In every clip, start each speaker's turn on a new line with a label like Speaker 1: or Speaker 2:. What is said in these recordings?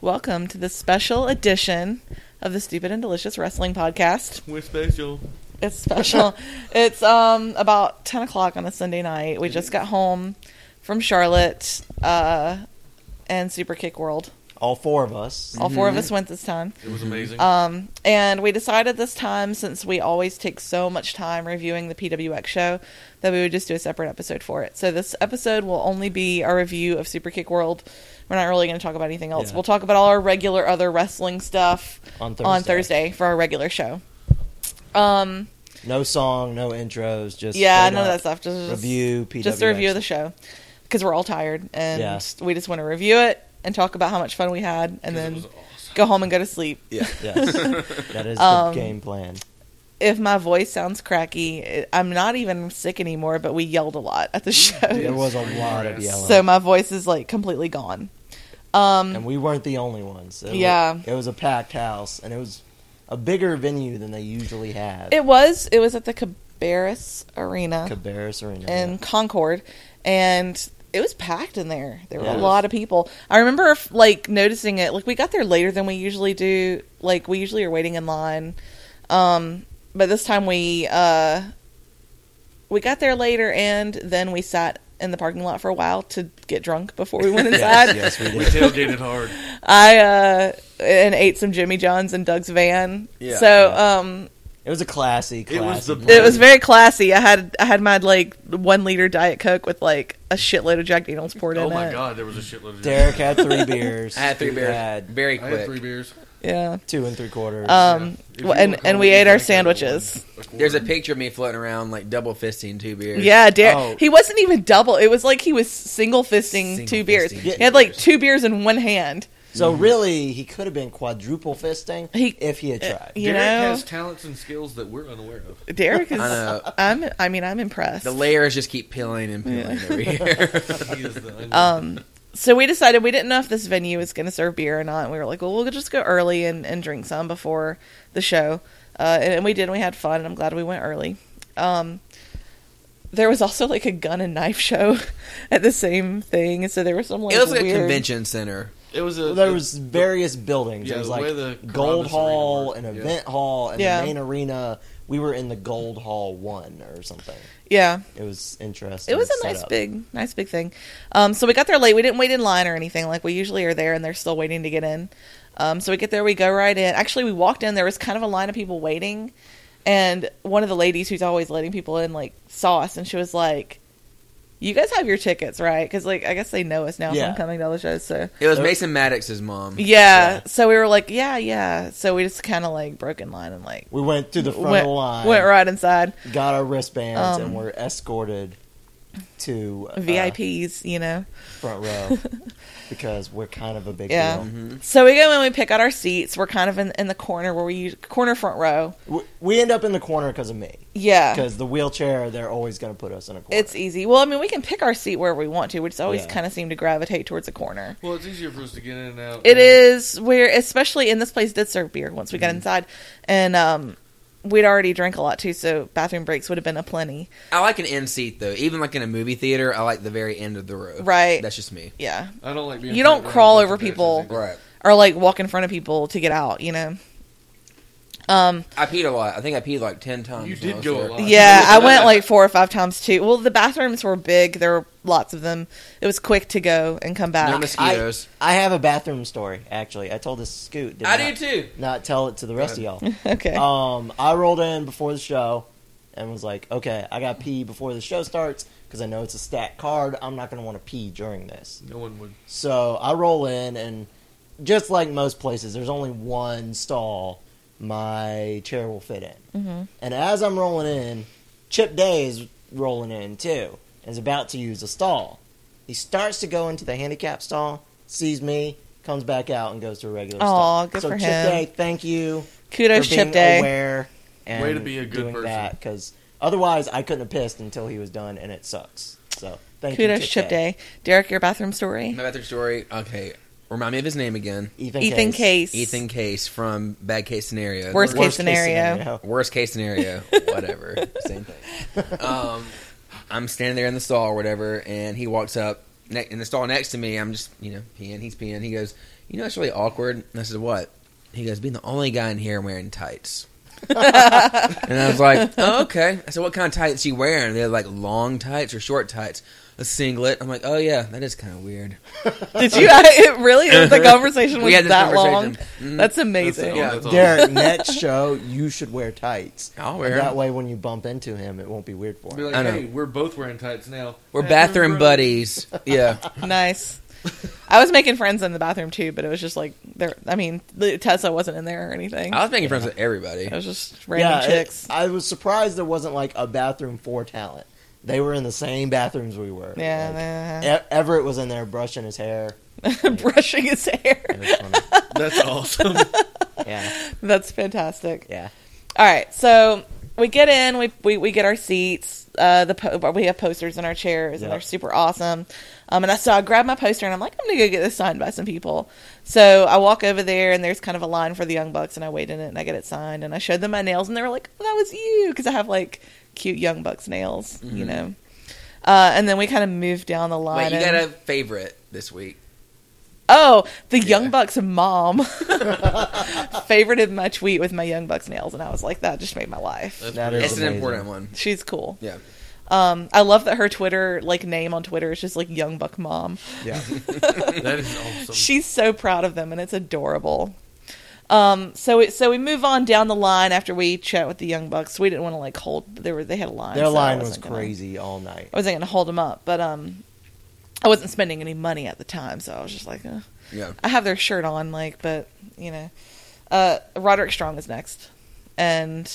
Speaker 1: Welcome to the special edition of the Stupid and Delicious Wrestling Podcast.
Speaker 2: We're special.
Speaker 1: It's special. it's um about ten o'clock on a Sunday night. We just got home from Charlotte uh, and Super Kick World.
Speaker 3: All four of us.
Speaker 1: All four of us went this time.
Speaker 2: It was amazing.
Speaker 1: Um, and we decided this time, since we always take so much time reviewing the PWX show, that we would just do a separate episode for it. So this episode will only be our review of Super Kick World. We're not really going to talk about anything else.
Speaker 3: Yeah.
Speaker 1: We'll talk about all our regular other wrestling stuff
Speaker 3: On
Speaker 1: on
Speaker 3: Thursday.
Speaker 1: Thursday for our regular show. Um,
Speaker 3: No song, no intros, just
Speaker 1: yeah,
Speaker 3: straight
Speaker 1: none of that
Speaker 3: up
Speaker 1: stuff. Just
Speaker 3: Review PWX.
Speaker 1: just a review of the show because we're all tired and
Speaker 3: Yeah.
Speaker 1: we just want to review it and talk about how much fun we had and then
Speaker 2: it was awesome.
Speaker 1: go home and go to sleep.
Speaker 2: Yeah.
Speaker 3: Yes, that is
Speaker 1: Um,
Speaker 3: the game plan.
Speaker 1: if my voice sounds cracky, it- I'm not even sick anymore, but we yelled a lot at the
Speaker 3: There
Speaker 1: show.
Speaker 3: was a lot of
Speaker 2: Yes.
Speaker 3: yelling,
Speaker 1: So my voice is like completely gone. Um
Speaker 3: and we weren't the only ones. It wa-
Speaker 1: Yeah.
Speaker 3: it was a packed house, and it was a bigger venue than they usually have.
Speaker 1: it was it was at the Cabarrus Arena
Speaker 3: Cabarrus Arena.
Speaker 1: in Concord and it was packed in there. There were
Speaker 3: Yeah.
Speaker 1: a lot of people. I remember f- like noticing it. Like we got there later than we usually do. Like we usually are waiting in line. Um but this time we uh we got there later and then we sat in the parking lot for a while to get drunk before we went
Speaker 3: yes,
Speaker 1: inside.
Speaker 3: yes, we
Speaker 2: We
Speaker 3: did.
Speaker 2: tailgated hard.
Speaker 1: I uh and ate some Jimmy John's in Doug's van.
Speaker 4: Yeah.
Speaker 1: so um
Speaker 3: It was a classy, classy.
Speaker 2: It was the-
Speaker 1: it was very classy. I had I had my like one liter diet coke with like a shitload of Jack Daniels poured
Speaker 2: Oh
Speaker 1: in
Speaker 2: my
Speaker 1: it.
Speaker 2: god, there was a shitload of
Speaker 3: Derek had three beers.
Speaker 4: I had three
Speaker 3: We
Speaker 4: beers
Speaker 3: had
Speaker 4: very
Speaker 2: I
Speaker 4: quick.
Speaker 2: had three beers.
Speaker 1: Yeah.
Speaker 3: two and three quarters.
Speaker 1: Um
Speaker 2: If you
Speaker 1: well,
Speaker 2: wanna
Speaker 1: and
Speaker 2: call
Speaker 1: and
Speaker 2: it,
Speaker 1: we
Speaker 2: you
Speaker 1: ate
Speaker 2: drank
Speaker 1: our
Speaker 2: out of
Speaker 1: sandwiches.
Speaker 2: one- quarter.
Speaker 4: There's a picture of me floating around like double fisting two beers.
Speaker 1: Yeah, Derek.
Speaker 3: Oh.
Speaker 1: He wasn't even double. It was like he was single fisting
Speaker 4: Single
Speaker 1: two beers.
Speaker 4: fisting
Speaker 1: He
Speaker 3: two
Speaker 1: had like
Speaker 4: beers.
Speaker 1: two beers in one hand.
Speaker 3: so really, he could have been quadruple fisting
Speaker 1: He-
Speaker 3: if he had tried.
Speaker 1: You
Speaker 2: Derek
Speaker 1: know,
Speaker 2: has talents and skills that we're unaware of.
Speaker 1: Derek is.
Speaker 4: I know.
Speaker 1: I'm. I mean, I'm impressed.
Speaker 4: The layers just keep peeling and peeling over here.
Speaker 2: He is the onion.
Speaker 1: um so we decided we didn't know if this venue was going to serve beer or not and we were like well we'll just go early and, and drink some before the show uh, and, and we did and we had fun and i'm glad we went early um there was also like a gun and knife show at the same thing and so there was some like
Speaker 4: it was like
Speaker 1: weird-
Speaker 4: a convention center.
Speaker 2: it was a.
Speaker 3: Well, there was various buildings.
Speaker 2: yeah,
Speaker 3: there was
Speaker 2: the
Speaker 3: like
Speaker 2: way the
Speaker 3: gold
Speaker 2: Carabas
Speaker 3: hall, an
Speaker 2: Arena worked, yeah.
Speaker 3: event hall, and
Speaker 1: Yeah.
Speaker 3: the main arena. We were in the gold hall one or something.
Speaker 1: yeah
Speaker 3: It was interesting.
Speaker 1: it was a nice
Speaker 3: setup.
Speaker 1: big nice big thing um so we got there late we didn't wait in line or anything like we usually are there and they're still waiting to get in um so we get there we go right in actually we walked in there was kind of a line of people waiting and one of the ladies who's always letting people in like saw us and she was like you guys have your tickets right because like i guess they know us now
Speaker 3: Yeah.
Speaker 1: from coming to other shows so
Speaker 4: It was
Speaker 3: There-
Speaker 4: Mason Maddox's mom.
Speaker 1: yeah,
Speaker 3: Yeah.
Speaker 1: so we were like yeah yeah so we just kind of like broke in line and like
Speaker 3: We went to the front
Speaker 1: went,
Speaker 3: of the line,
Speaker 1: went right inside
Speaker 3: got our wristbands,
Speaker 1: Um,
Speaker 3: and were escorted to uh,
Speaker 1: vips you know
Speaker 3: front row because we're kind of a big
Speaker 1: Yeah.
Speaker 3: deal.
Speaker 1: So we go in, we pick out our seats. We're kind of in, in the corner where we use corner front row.
Speaker 3: We, we end up in the corner because of me.
Speaker 1: Yeah.
Speaker 3: Because the wheelchair, they're always going to put us in a corner.
Speaker 1: It's easy. Well, I mean, we can pick our seat wherever we want to. We just always
Speaker 3: Yeah.
Speaker 1: kind of seem to gravitate towards a corner.
Speaker 2: Well, it's easier for us to get in and out.
Speaker 1: It is where, especially in this place, did serve beer once we got inside, and um, we'd already drank a lot too, so bathroom breaks would have been a plenty.
Speaker 4: I like an end seat though. Even like in a movie theater, I like the very end of the row.
Speaker 1: Right.
Speaker 4: That's just me.
Speaker 1: Yeah,
Speaker 2: I don't like being.
Speaker 1: You don't
Speaker 2: sat around
Speaker 1: crawl
Speaker 2: with
Speaker 1: over
Speaker 2: the bitches
Speaker 1: people.
Speaker 2: either.
Speaker 4: Right.
Speaker 1: or like walk in front of people to get out. You know. Um.
Speaker 4: I peed a lot. I think I peed like ten times.
Speaker 2: You
Speaker 4: when
Speaker 2: did
Speaker 4: Oh, I was
Speaker 2: go a
Speaker 4: there.
Speaker 2: lot.
Speaker 1: Yeah, I went like four or five times too. Well, the bathrooms were big. There were lots of them. It was quick to go and come back.
Speaker 4: No mosquitoes.
Speaker 3: I have a bathroom story, actually. I told this to Scoot. Did
Speaker 4: I,
Speaker 3: not,
Speaker 4: do too.
Speaker 3: Not tell it to the rest of y'all.
Speaker 1: okay.
Speaker 3: Um, I rolled in before the show and was like, okay, I got pee before the show starts because I know it's a stacked card. I'm not going to want to pee during this.
Speaker 2: No one would.
Speaker 3: So I roll in, and just like most places, there's only one stall my chair will fit in. Mm-hmm. And as I'm rolling in, Chip Day is rolling in too and is about to use a stall. He starts to go into the handicap stall, sees me, comes back out, and goes to a regular
Speaker 1: Aw,
Speaker 3: stall.
Speaker 1: good
Speaker 3: so
Speaker 1: for
Speaker 3: Chip
Speaker 1: him.
Speaker 3: Day, thank you
Speaker 1: Kudos,
Speaker 3: for being
Speaker 1: Chip Day.
Speaker 3: aware and
Speaker 2: Way to be a good
Speaker 3: doing
Speaker 2: person.
Speaker 3: because otherwise I couldn't have pissed until he was done, and it sucks. So thank you,
Speaker 1: Kudos, Chip, Day. Derek, your bathroom story.
Speaker 4: My bathroom story. Okay. Remind me of his name again.
Speaker 3: Ethan,
Speaker 1: Ethan Case.
Speaker 4: Ethan Case from Bad Case Scenario.
Speaker 1: Worst Case scenario.
Speaker 4: Worst case scenario, whatever, same thing. Um, I'm standing there in the stall or whatever, and he walks up ne- in the stall next to me, I'm just you know peeing. He's peeing. He goes, you know, it's really awkward. And I said, what? He goes, being the only guy in here wearing tights. and I was like, oh, okay. I said, what kind of tights you wearing? They're like long tights or short tights. A singlet. I'm like, oh yeah, that is kind of weird.
Speaker 1: Did you? It really the conversation was
Speaker 4: We had this
Speaker 1: that long.
Speaker 4: conversation. Mhm.
Speaker 1: That's amazing.
Speaker 4: Yeah.
Speaker 2: that's all.
Speaker 3: Derek, next show you should wear tights.
Speaker 4: I'll wear 'em.
Speaker 3: that way when you bump into him, it won't be weird for
Speaker 2: Be
Speaker 3: him.
Speaker 2: like,
Speaker 4: I know.
Speaker 2: hey, we're both wearing tights now.
Speaker 4: We're
Speaker 2: Hey,
Speaker 4: bathroom
Speaker 2: bro.
Speaker 4: buddies. Yeah.
Speaker 1: Nice. I was making friends in the bathroom too, but it was just like there. I mean, the- Tessa wasn't in there or anything.
Speaker 4: I was making friends with everybody.
Speaker 1: It was just random
Speaker 3: it-
Speaker 1: chicks.
Speaker 3: I was surprised there wasn't like a bathroom for talent. They were in the same bathrooms we were.
Speaker 1: yeah,
Speaker 3: Like, E- Everett was in there brushing his hair.
Speaker 1: nah. brushing his
Speaker 3: It
Speaker 1: hair.
Speaker 3: was funny.
Speaker 2: That's awesome.
Speaker 3: yeah,
Speaker 1: That's fantastic.
Speaker 3: yeah.
Speaker 1: All right, so we get in, we we, we get our seats. Uh, the po- we have posters in our chairs, and
Speaker 3: Yeah.
Speaker 1: they're super awesome. Um, and I so I grabbed my poster, and I'm like, I'm gonna go get this signed by some people. So I walk over there, and there's kind of a line for the Young Bucks, and I wait in it, and I get it signed, and I showed them my nails, and they were like, oh, "That was you," because I have like cute Young Bucks nails, you know. Uh, and then we kind of moved down the line.
Speaker 4: Mm-hmm. Wait, you
Speaker 1: and-
Speaker 4: got a favorite this week?
Speaker 1: Oh, the Young
Speaker 4: Yeah.
Speaker 1: Bucks mom favorited my tweet with my Young Bucks nails, and I was like, that just made my life.
Speaker 2: That's
Speaker 3: That
Speaker 2: pretty
Speaker 3: is
Speaker 4: It's
Speaker 2: awesome.
Speaker 4: an
Speaker 3: amazing.
Speaker 4: important one.
Speaker 1: She's cool.
Speaker 4: Yeah.
Speaker 1: Um, I love that her Twitter like name on Twitter is just like Young Buck Mom.
Speaker 3: Yeah.
Speaker 2: that is awesome.
Speaker 1: She's so proud of them, and it's adorable. Um, so it, so we move on down the line after we chat with the Young Bucks. We didn't want to like hold. They were they had a line.
Speaker 3: Their
Speaker 1: so I
Speaker 3: line was
Speaker 1: wasn't gonna-
Speaker 3: crazy all night.
Speaker 1: I wasn't going to hold them up, but um, I wasn't spending any money at the time, so I was just like, uh,
Speaker 4: Yeah.
Speaker 1: I have their shirt on, like, but you know, uh, Roderick Strong is next, and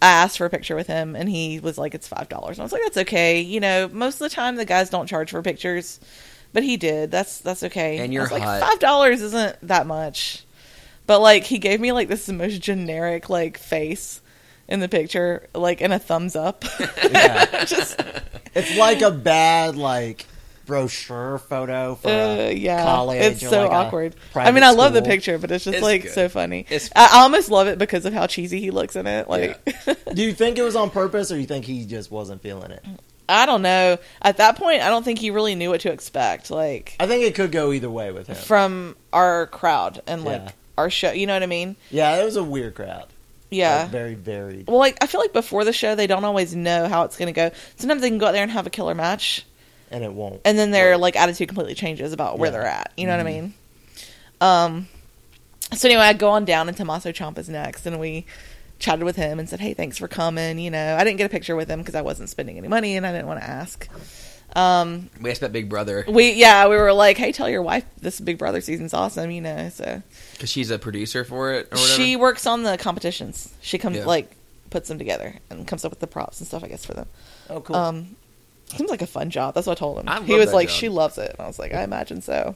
Speaker 1: I asked for a picture with him, and he was like, "It's five dollars," and I was like, "That's okay." You know, most of the time the guys don't charge for pictures, but he did. That's that's okay.
Speaker 4: And
Speaker 1: I
Speaker 4: you're
Speaker 1: was
Speaker 4: hot.
Speaker 1: like five dollars isn't that much, but like he gave me like this the most generic like face in the picture, like and a thumbs up.
Speaker 3: Yeah.
Speaker 1: Just
Speaker 3: it's like a bad like brochure photo for
Speaker 1: Uh,
Speaker 3: a
Speaker 1: yeah,
Speaker 3: college.
Speaker 1: it's
Speaker 3: or,
Speaker 1: so
Speaker 3: like, a
Speaker 1: awkward. I
Speaker 3: private
Speaker 1: mean, I love the
Speaker 3: school.
Speaker 1: picture, but it's just
Speaker 4: It's
Speaker 1: like
Speaker 4: good.
Speaker 1: so funny.
Speaker 4: It's-
Speaker 1: I, I almost love it because of how cheesy he looks in it. Like,
Speaker 3: Do you think it was on purpose, or you think he just wasn't feeling it?
Speaker 1: I don't know. At that point, I don't think he really knew what to expect, like
Speaker 3: I think it could go either way with him.
Speaker 1: from our crowd and like
Speaker 3: Yeah.
Speaker 1: our show. You know what I mean?
Speaker 3: Yeah, it was a weird crowd.
Speaker 1: Yeah.
Speaker 3: Like, very varied.
Speaker 1: well, like I feel like before the show, they don't always know how it's going to go. Sometimes they can go out there and have a killer match,
Speaker 3: And it won't.
Speaker 1: and then their like attitude completely changes about where
Speaker 3: Yeah.
Speaker 1: they're at. You know what
Speaker 4: Mm-hmm.
Speaker 1: I mean? Um. So anyway, I go on down and Tommaso Ciampa's next, and we chatted with him and said, "Hey, thanks for coming." You know, I didn't get a picture with him because I wasn't spending any money and I didn't want to ask. Um,
Speaker 4: We asked about Big Brother
Speaker 1: we yeah, we were like, "Hey, tell your wife this Big Brother season's awesome." You know, so
Speaker 4: because she's a producer for it or whatever.
Speaker 1: she works on the competitions. She comes
Speaker 4: Yeah.
Speaker 1: like puts them together and comes up with the props and stuff, I guess, for them.
Speaker 3: oh, cool.
Speaker 1: Um, seems like a fun job. That's what I told him.
Speaker 4: I love
Speaker 1: he was
Speaker 4: that
Speaker 1: like,
Speaker 4: job.
Speaker 1: she loves it. And I was like, I imagine so.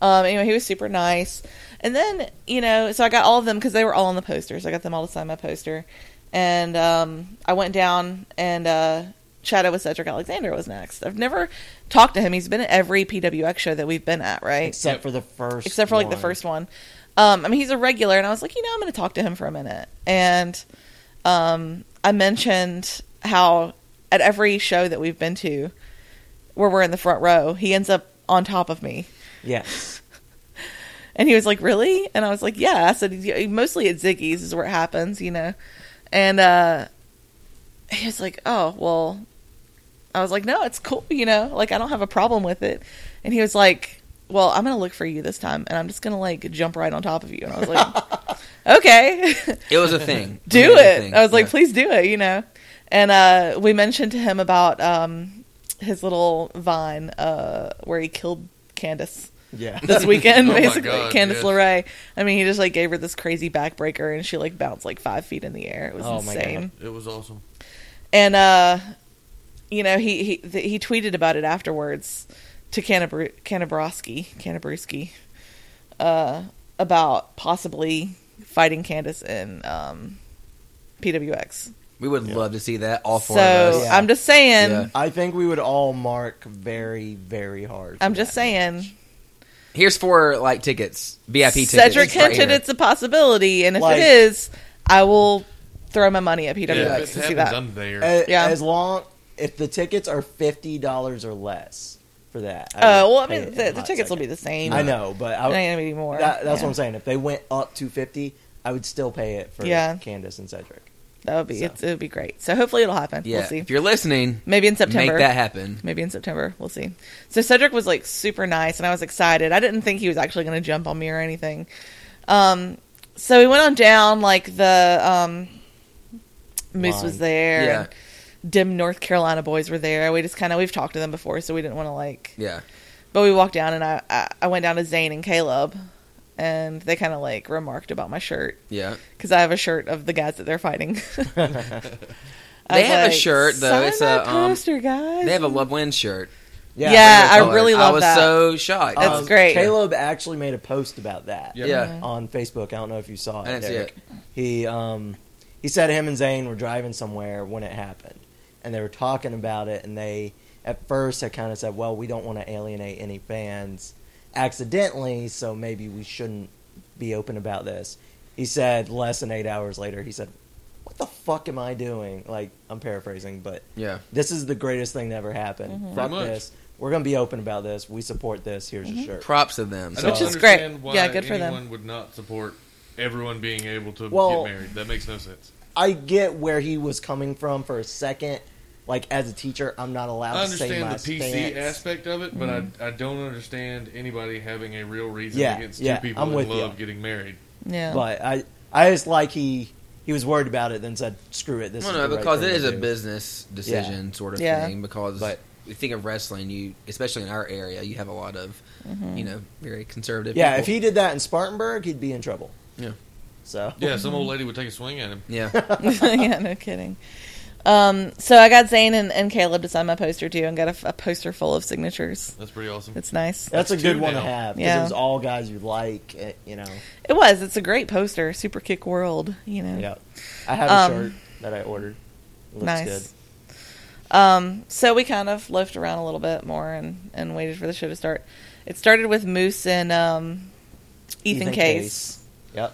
Speaker 1: Um, anyway, he was super nice. And then, you know, so I got all of them because they were all on the posters. I got them all to sign my poster. And um, I went down and uh, chatted with Cedric Alexander was next. I've never talked to him. He's been at every PWX show that we've been at, right?
Speaker 3: except for the first.
Speaker 1: except for like the
Speaker 3: one.
Speaker 1: first one. Um, I mean, he's a regular, and I was like, you know, I'm going to talk to him for a minute. And um, I mentioned how at every show that we've been to, where we're in the front row, he ends up on top of me.
Speaker 3: Yes.
Speaker 1: And he was like, really? And I was like, yeah. I said, "Yeah, mostly at Ziggy's is where it happens, you know? And uh, he was like, oh, well, I was like, no, it's cool, you know? Like, I don't have a problem with it. And he was like, well, I'm going to look for you this time and I'm just going to like jump right on top of you. And I was like, okay,
Speaker 4: It was a thing.
Speaker 1: do
Speaker 4: was a
Speaker 1: it.
Speaker 4: thing.
Speaker 1: I was like,
Speaker 4: Yeah.
Speaker 1: please do it, you know? And uh, we mentioned to him about um, his little vine uh, where he killed Candace
Speaker 3: Yeah.
Speaker 1: this weekend,
Speaker 2: Oh my
Speaker 1: basically.
Speaker 2: God,
Speaker 1: Candice
Speaker 2: yes.
Speaker 1: LeRae. I mean, he just like gave her this crazy backbreaker, and she like bounced like five feet in the air. It was
Speaker 3: Oh my God.
Speaker 1: insane.
Speaker 2: It was awesome.
Speaker 1: And uh, you know, he he th- he tweeted about it afterwards to Canabru- Canabroski, Canabruski, uh, about possibly fighting Candace in um, PWX.
Speaker 4: we would love to see that. All four
Speaker 1: so
Speaker 4: of us.
Speaker 3: Yeah.
Speaker 1: I'm just saying.
Speaker 4: Yeah.
Speaker 3: I think we would all mark very, very hard.
Speaker 1: I'm
Speaker 3: for
Speaker 1: just
Speaker 3: that.
Speaker 1: saying.
Speaker 4: Here's four like tickets, VIP tickets.
Speaker 1: Cedric
Speaker 4: right
Speaker 1: hinted
Speaker 4: here.
Speaker 1: it's a possibility, and if
Speaker 3: Like-
Speaker 1: it is, I will throw my money at PWX
Speaker 2: Yeah,
Speaker 1: to
Speaker 2: if it
Speaker 1: see
Speaker 2: happens,
Speaker 1: that.
Speaker 2: I'm there.
Speaker 3: A-
Speaker 1: Yeah.
Speaker 3: As long if the tickets are fifty dollars or less, for that. I
Speaker 1: Uh,
Speaker 3: would
Speaker 1: well, I
Speaker 3: pay
Speaker 1: mean,
Speaker 3: it
Speaker 1: the,
Speaker 3: in a
Speaker 1: the
Speaker 3: hot
Speaker 1: tickets will
Speaker 3: second.
Speaker 1: be the same.
Speaker 3: I know, but I,
Speaker 1: It ain't gonna be more.
Speaker 3: that, that's
Speaker 1: Yeah.
Speaker 3: what I'm saying. If they went up 250, I would still pay it for
Speaker 1: Yeah.
Speaker 3: Candace and Cedric.
Speaker 1: That would be
Speaker 3: So.
Speaker 1: it's, it. Would be great. So hopefully it'll happen.
Speaker 4: Yeah.
Speaker 1: We'll see.
Speaker 4: If you're listening,
Speaker 1: Maybe in September.
Speaker 4: make that happen.
Speaker 1: Maybe in September. We'll see. So Cedric was like super nice, and I was excited. I didn't think he was actually going to jump on me or anything. Um, so we went on down like the um, Moose
Speaker 3: Line.
Speaker 1: was there.
Speaker 4: Yeah.
Speaker 1: and Dim North Carolina boys were there. We just kind of we've talked to them before, so we didn't want to like.
Speaker 4: Yeah.
Speaker 1: But we walked down, and I I, I went down to Zane and Caleb, and they kind of like remarked about my shirt
Speaker 4: Yeah.
Speaker 1: because I have a shirt of the guys that they're fighting. I
Speaker 4: They
Speaker 1: was
Speaker 4: have a
Speaker 1: like,
Speaker 4: shirt though.
Speaker 1: "Sign
Speaker 4: It's
Speaker 1: my
Speaker 4: a um,
Speaker 1: poster, guys.
Speaker 4: they have a Love Win shirt.
Speaker 1: Yeah,
Speaker 4: Rainbow
Speaker 1: I
Speaker 4: colors.
Speaker 1: really love
Speaker 4: I was
Speaker 1: that.
Speaker 4: so shocked.
Speaker 1: That's
Speaker 3: Um,
Speaker 1: great.
Speaker 3: Caleb actually made a post about that
Speaker 2: Yeah.
Speaker 4: yeah.
Speaker 3: on Facebook. I don't know if you saw it.
Speaker 4: I didn't see
Speaker 3: Derek.
Speaker 4: it.
Speaker 3: He um, he said him and Zane were driving somewhere when it happened, and they were talking about it. And they at first had kind of said, "Well, we don't want to alienate any fans accidentally, so maybe we shouldn't be open about this." He said less than eight hours later, he said, "What the fuck am I doing?" Like I'm paraphrasing, but
Speaker 4: Yeah.
Speaker 3: this is the greatest thing that ever happened.
Speaker 2: Pretty
Speaker 3: Fuck
Speaker 2: much.
Speaker 3: this. We're gonna be open about this. We support this. Here's your shirt.
Speaker 4: Props to them.
Speaker 2: I
Speaker 3: So-
Speaker 2: don't
Speaker 3: Which is
Speaker 1: great.
Speaker 2: understand Why
Speaker 1: Yeah, good for them.
Speaker 2: anyone would not support everyone being able to
Speaker 3: Well-
Speaker 2: get married. That makes no sense.
Speaker 3: I get where he was coming from for a second. Like as a teacher, I'm not allowed
Speaker 2: I
Speaker 3: to say
Speaker 2: understand
Speaker 3: my
Speaker 2: the PC
Speaker 3: stance.
Speaker 2: aspect of it, but I, I don't understand anybody having a real reason
Speaker 3: Yeah,
Speaker 2: against
Speaker 3: yeah,
Speaker 2: two people
Speaker 3: I'm with
Speaker 2: in love
Speaker 3: you.
Speaker 2: getting married.
Speaker 1: yeah.
Speaker 3: But I, I just like he he was worried about it, then said, "Screw it, this
Speaker 4: No,
Speaker 3: is
Speaker 4: no,
Speaker 3: the right
Speaker 4: because
Speaker 3: thing
Speaker 4: it is
Speaker 3: to
Speaker 4: a
Speaker 3: do."
Speaker 4: business decision sort of
Speaker 1: Yeah.
Speaker 4: thing. Because
Speaker 3: But-
Speaker 4: you think of wrestling, you especially in our area, you have a lot of
Speaker 1: Mm-hmm.
Speaker 4: you know very conservative.
Speaker 3: Yeah,
Speaker 4: people.
Speaker 3: if he did that in Spartanburg, he'd be in trouble.
Speaker 4: Yeah.
Speaker 3: So
Speaker 2: Yeah, some old lady would take a swing at him.
Speaker 4: yeah,
Speaker 1: yeah, no kidding. Um, so I got Zane and, and Caleb to sign my poster too, and got a, f- a poster full of signatures.
Speaker 2: That's pretty awesome.
Speaker 1: It's nice.
Speaker 3: that's, a
Speaker 2: That's
Speaker 3: good
Speaker 2: two
Speaker 3: one to
Speaker 2: now.
Speaker 3: have because
Speaker 1: Yeah.
Speaker 3: it was all guys you like. eh, You know,
Speaker 1: It was. It's a great poster. Super kick world. You know.
Speaker 3: yeah. I have a
Speaker 1: Um,
Speaker 3: shirt that I ordered. It looks
Speaker 1: nice. Um, so we kind of loafed around a little bit more and, and waited for the show to start. It started with Moose and um,
Speaker 3: good.
Speaker 1: Ethan, Case.
Speaker 3: Yep.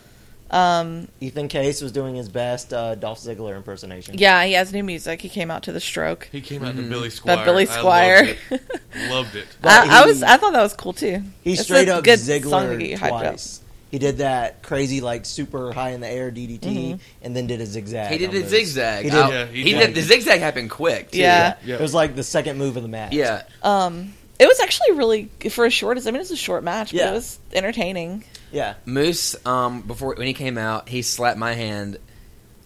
Speaker 1: Um,
Speaker 3: Ethan Case was doing his best uh, Dolph Ziggler impersonation.
Speaker 1: yeah, he has new music. He came out to the stroke.
Speaker 2: He came out to
Speaker 4: Mhm.
Speaker 2: Billy Squire.
Speaker 1: That Billy
Speaker 2: I
Speaker 1: Squire.
Speaker 2: loved it. Loved it.
Speaker 3: But
Speaker 1: I, I
Speaker 3: he-
Speaker 1: was. I thought that was cool too.
Speaker 3: He
Speaker 1: It's a
Speaker 3: straight up
Speaker 1: good song to get
Speaker 3: Ziggler
Speaker 1: you hyped up.
Speaker 3: twice. He did that crazy, like super high in the air DDT,
Speaker 1: Mhm.
Speaker 3: and then did a zigzag.
Speaker 4: he did
Speaker 3: on
Speaker 4: a
Speaker 3: those.
Speaker 4: zigzag.
Speaker 3: He
Speaker 4: He
Speaker 3: did.
Speaker 4: did.
Speaker 2: Yeah, he
Speaker 4: he
Speaker 2: did.
Speaker 4: did. The zigzag happened quick. Too.
Speaker 1: Yeah.
Speaker 2: Yeah.
Speaker 3: It was like the second move of the match.
Speaker 4: yeah.
Speaker 1: Um, it was actually really for as short as I mean, it's a short match, but
Speaker 3: Yeah.
Speaker 1: it was entertaining.
Speaker 3: yeah.
Speaker 4: Moose, um, before when he came out, he slapped my hand,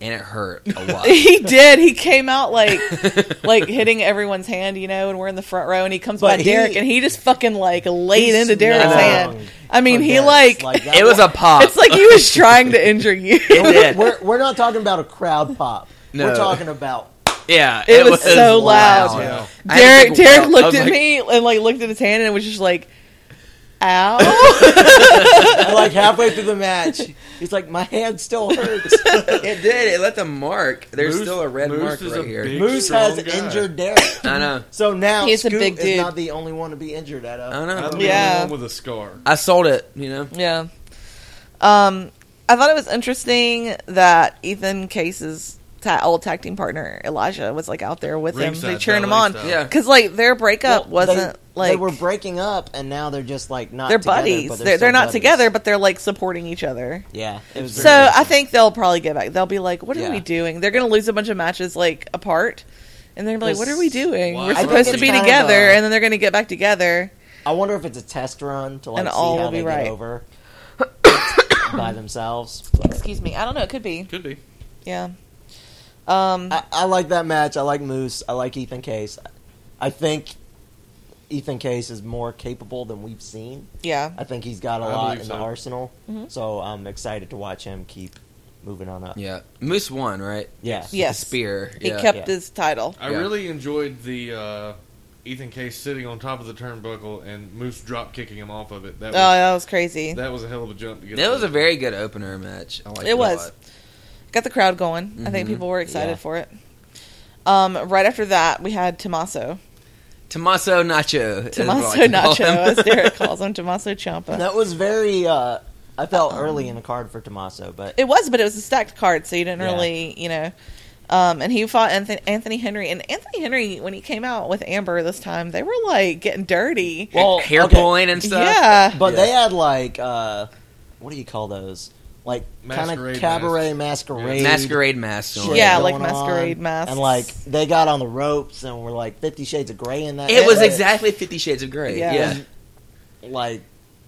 Speaker 4: and it hurt a lot.
Speaker 1: he did. He came out like like hitting everyone's hand, you know, and we're in the front row, and he comes
Speaker 3: But
Speaker 1: by Derek,
Speaker 3: he-
Speaker 1: and he just fucking like laid
Speaker 3: He
Speaker 1: into Derek's
Speaker 3: smelled
Speaker 1: hand. I mean,
Speaker 3: for
Speaker 1: he
Speaker 3: Derek's,
Speaker 1: like,
Speaker 3: that
Speaker 4: it was a pop.
Speaker 1: it's like he was trying to injure you.
Speaker 4: It
Speaker 3: we're,
Speaker 4: did.
Speaker 3: we're, we're not talking about a crowd pop.
Speaker 4: No.
Speaker 3: We're talking about
Speaker 4: yeah,
Speaker 1: It was so loud.
Speaker 2: Yeah.
Speaker 4: I had to
Speaker 1: Derek
Speaker 4: figure
Speaker 1: Derek
Speaker 4: out- I
Speaker 1: looked
Speaker 4: was
Speaker 1: at
Speaker 4: like,
Speaker 1: me and like looked at his hand, and was just like, "Ow."
Speaker 3: and, like halfway through the match. He's like, my hand still hurts.
Speaker 4: It did. It left a mark. There's
Speaker 2: Moose-
Speaker 4: still a red
Speaker 2: Moose
Speaker 4: mark
Speaker 2: is
Speaker 4: right
Speaker 2: a
Speaker 4: here.
Speaker 2: big-
Speaker 3: Moose has
Speaker 2: Strong guy.
Speaker 3: injured Derek,
Speaker 4: I know.
Speaker 3: so now
Speaker 1: He's a
Speaker 3: Scoot
Speaker 1: big dude.
Speaker 3: is not the only one to be injured at a
Speaker 4: I
Speaker 2: I'm
Speaker 4: know.
Speaker 2: the
Speaker 1: Yeah.
Speaker 2: only one with a scar.
Speaker 4: I sold it. You know.
Speaker 1: Yeah. Um, I thought it was interesting that Ethan Case's ta- old tag team partner Elijah was like out there with him,
Speaker 2: Ringside,
Speaker 1: like, cheering him
Speaker 2: valet
Speaker 1: on.
Speaker 2: style.
Speaker 4: Yeah.
Speaker 1: Because like their breakup
Speaker 3: Well,
Speaker 1: wasn't
Speaker 3: they,
Speaker 1: like
Speaker 3: they were breaking up, and now they're just like not.
Speaker 1: they're
Speaker 3: together,
Speaker 1: buddies.
Speaker 3: but
Speaker 1: they're
Speaker 3: they're,
Speaker 1: they're,
Speaker 3: still
Speaker 1: not
Speaker 3: buddies.
Speaker 1: together, but they're like supporting each other.
Speaker 3: Yeah, it was.
Speaker 1: So
Speaker 3: very
Speaker 1: I
Speaker 3: interesting.
Speaker 1: think they'll probably get back. They'll be like, "What are
Speaker 3: Yeah.
Speaker 1: we doing?" They're gonna lose a bunch of matches like apart, and they're gonna be like,
Speaker 3: This-
Speaker 1: "What are we doing?
Speaker 2: Wow. I
Speaker 1: We're
Speaker 2: think
Speaker 1: supposed to
Speaker 2: it's
Speaker 1: be
Speaker 3: kind of
Speaker 1: together,"
Speaker 3: a-
Speaker 1: and then they're gonna get back together.
Speaker 3: I wonder if it's a test run to like
Speaker 1: And
Speaker 3: see
Speaker 1: all
Speaker 3: how
Speaker 1: will be
Speaker 3: they
Speaker 1: right.
Speaker 3: get over by themselves.
Speaker 1: Excuse me. I don't know. It could be.
Speaker 2: Could be.
Speaker 1: Yeah. Um.
Speaker 3: I, I like that match. I like Moose. I like Ethan Case. I think Ethan Case is more capable than we've seen.
Speaker 1: yeah.
Speaker 3: I think he's got a
Speaker 2: I
Speaker 3: lot
Speaker 2: believe
Speaker 3: in the
Speaker 2: so.
Speaker 3: arsenal.
Speaker 1: Mm-hmm.
Speaker 3: So I'm excited to watch him keep moving on up.
Speaker 4: Yeah. Moose won, right?
Speaker 3: Yeah.
Speaker 1: Yeah. Yes.
Speaker 4: The spear.
Speaker 1: He
Speaker 4: Yeah.
Speaker 1: kept
Speaker 3: Yeah.
Speaker 1: his title.
Speaker 2: I
Speaker 4: Yeah.
Speaker 2: really enjoyed the uh, Ethan Case sitting on top of the turnbuckle and Moose drop kicking him off of it. That
Speaker 1: Oh,
Speaker 2: was,
Speaker 1: that was crazy.
Speaker 2: that was a hell of a jump to get.
Speaker 4: It
Speaker 2: up
Speaker 4: was a
Speaker 2: there.
Speaker 4: very good opener match. I liked
Speaker 1: It
Speaker 4: it, a
Speaker 1: was.
Speaker 4: lot.
Speaker 1: Got the crowd going. I think
Speaker 4: Mhm.
Speaker 1: people were excited
Speaker 3: Yeah.
Speaker 1: for it. Um, right after that, we had Tommaso.
Speaker 4: Tommaso Nacho. is what I
Speaker 1: Tommaso
Speaker 4: like to call
Speaker 1: Nacho,
Speaker 4: him.
Speaker 1: as Derek calls him, Tommaso Ciampa.
Speaker 3: That was very. Uh,
Speaker 4: Um,
Speaker 3: I felt early in the card for Tommaso, but
Speaker 1: It was, but it was a stacked card, so you didn't
Speaker 3: Yeah.
Speaker 1: really, you know. Um, and he fought Anthony, Anthony Henry. And Anthony Henry, when he came out with Amber this time, they were like getting dirty.
Speaker 3: Well,
Speaker 4: hair
Speaker 3: okay.
Speaker 4: pulling and stuff.
Speaker 1: yeah.
Speaker 3: But
Speaker 4: Yeah.
Speaker 3: they had like uh, what do you call those? Like kind
Speaker 2: Masquerade
Speaker 3: of cabaret masquerade.
Speaker 4: Masquerade mask.
Speaker 3: shit
Speaker 4: going.
Speaker 1: Yeah, like
Speaker 3: going on.
Speaker 1: masquerade masks.
Speaker 3: And like they got on the ropes and were like Fifty Shades of Grey in that.
Speaker 4: It was
Speaker 3: shit.
Speaker 4: exactly Fifty Shades of Grey.
Speaker 1: Yeah.
Speaker 4: Yeah.
Speaker 3: like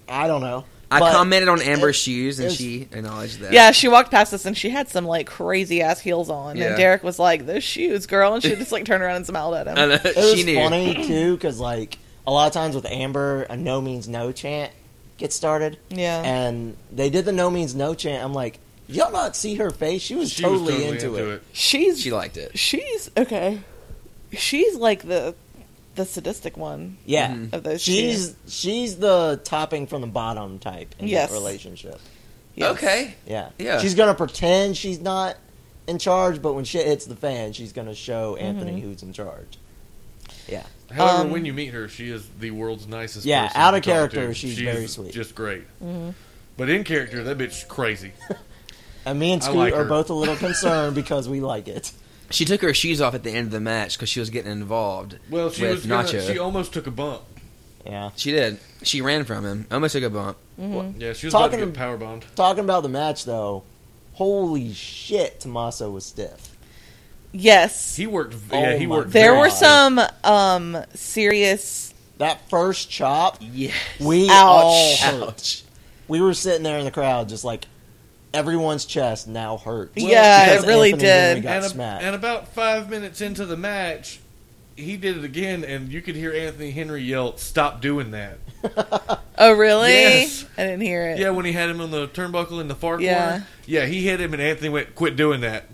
Speaker 3: I don't know.
Speaker 4: I
Speaker 3: But
Speaker 4: commented on Amber's
Speaker 3: it-
Speaker 4: shoes, and
Speaker 3: it's-
Speaker 4: she acknowledged that.
Speaker 1: Yeah, she walked past us and she had some like crazy ass heels on.
Speaker 4: Yeah.
Speaker 1: And Derek was like, those shoes, girl. And she just like turned around and smiled at
Speaker 4: I
Speaker 1: him.
Speaker 4: know,
Speaker 3: It was
Speaker 4: she knew.
Speaker 3: funny too because like a lot of times with Amber, a no means no chant gets started,
Speaker 1: Yeah.
Speaker 4: Uh-huh.
Speaker 3: and they did the no means no chant. I'm like, did y'all not see her face? She was, totally, into, it.
Speaker 1: she's
Speaker 4: She liked it.
Speaker 1: she's okay. She's like the the sadistic one
Speaker 3: Yeah,
Speaker 2: Mm-hmm.
Speaker 4: Mhm.
Speaker 1: of those.
Speaker 3: she's she's the topping from the bottom type in
Speaker 1: Yes.
Speaker 3: that relationship.
Speaker 1: two. Yes.
Speaker 4: Okay.
Speaker 3: Yeah,
Speaker 4: Yeah.
Speaker 3: She's gonna pretend she's not in charge, but when shit hits the fan, she's gonna show
Speaker 1: Mm-hmm.
Speaker 3: Anthony who's in charge. Yeah,
Speaker 2: However,
Speaker 1: Um,
Speaker 2: when you meet her, she is the world's nicest.
Speaker 3: Yeah,
Speaker 2: person
Speaker 3: out
Speaker 2: to
Speaker 3: of
Speaker 2: talk
Speaker 3: character,
Speaker 2: to.
Speaker 3: she's very sweet.
Speaker 2: just great.
Speaker 4: Mm-hmm.
Speaker 2: But in character, that bitch is crazy.
Speaker 3: and me and
Speaker 2: I
Speaker 3: Scoot
Speaker 2: like
Speaker 3: are
Speaker 2: her.
Speaker 3: both a little concerned because we like it.
Speaker 4: She took her shoes off at the end of the match because she was getting involved.
Speaker 2: Well, she
Speaker 4: with
Speaker 2: was gonna,
Speaker 4: Nacho.
Speaker 2: she almost took a bump.
Speaker 3: Yeah.
Speaker 4: She did. She ran from him. Almost took a bump. Mm-hmm.
Speaker 2: Yeah, she was
Speaker 3: Talking
Speaker 2: about to get
Speaker 3: to-
Speaker 2: power bombed.
Speaker 3: Talking about the match though, holy shit, Tommaso was stiff.
Speaker 1: Yes.
Speaker 2: He worked.
Speaker 3: Oh
Speaker 2: yeah, he
Speaker 3: my
Speaker 2: worked.
Speaker 1: there
Speaker 2: very
Speaker 1: were
Speaker 2: hard.
Speaker 1: some um serious
Speaker 3: That first chop,
Speaker 4: Yes.
Speaker 3: we all
Speaker 1: Ouch.
Speaker 3: hurt. We were sitting there in the crowd, just like everyone's chest now hurt.
Speaker 1: Yeah,
Speaker 3: Because
Speaker 1: it really
Speaker 3: Anthony Henry
Speaker 1: did.
Speaker 3: got
Speaker 2: And, a,
Speaker 3: smacked.
Speaker 2: and about five minutes into the match, he did it again, and you could hear Anthony Henry yell, "Stop doing that!"
Speaker 1: Oh really?
Speaker 2: Yes.
Speaker 1: I didn't hear it.
Speaker 2: Yeah, when he had him on the turnbuckle in the far
Speaker 1: Yeah.
Speaker 2: corner. Yeah, he hit him, and Anthony went, "Quit doing that."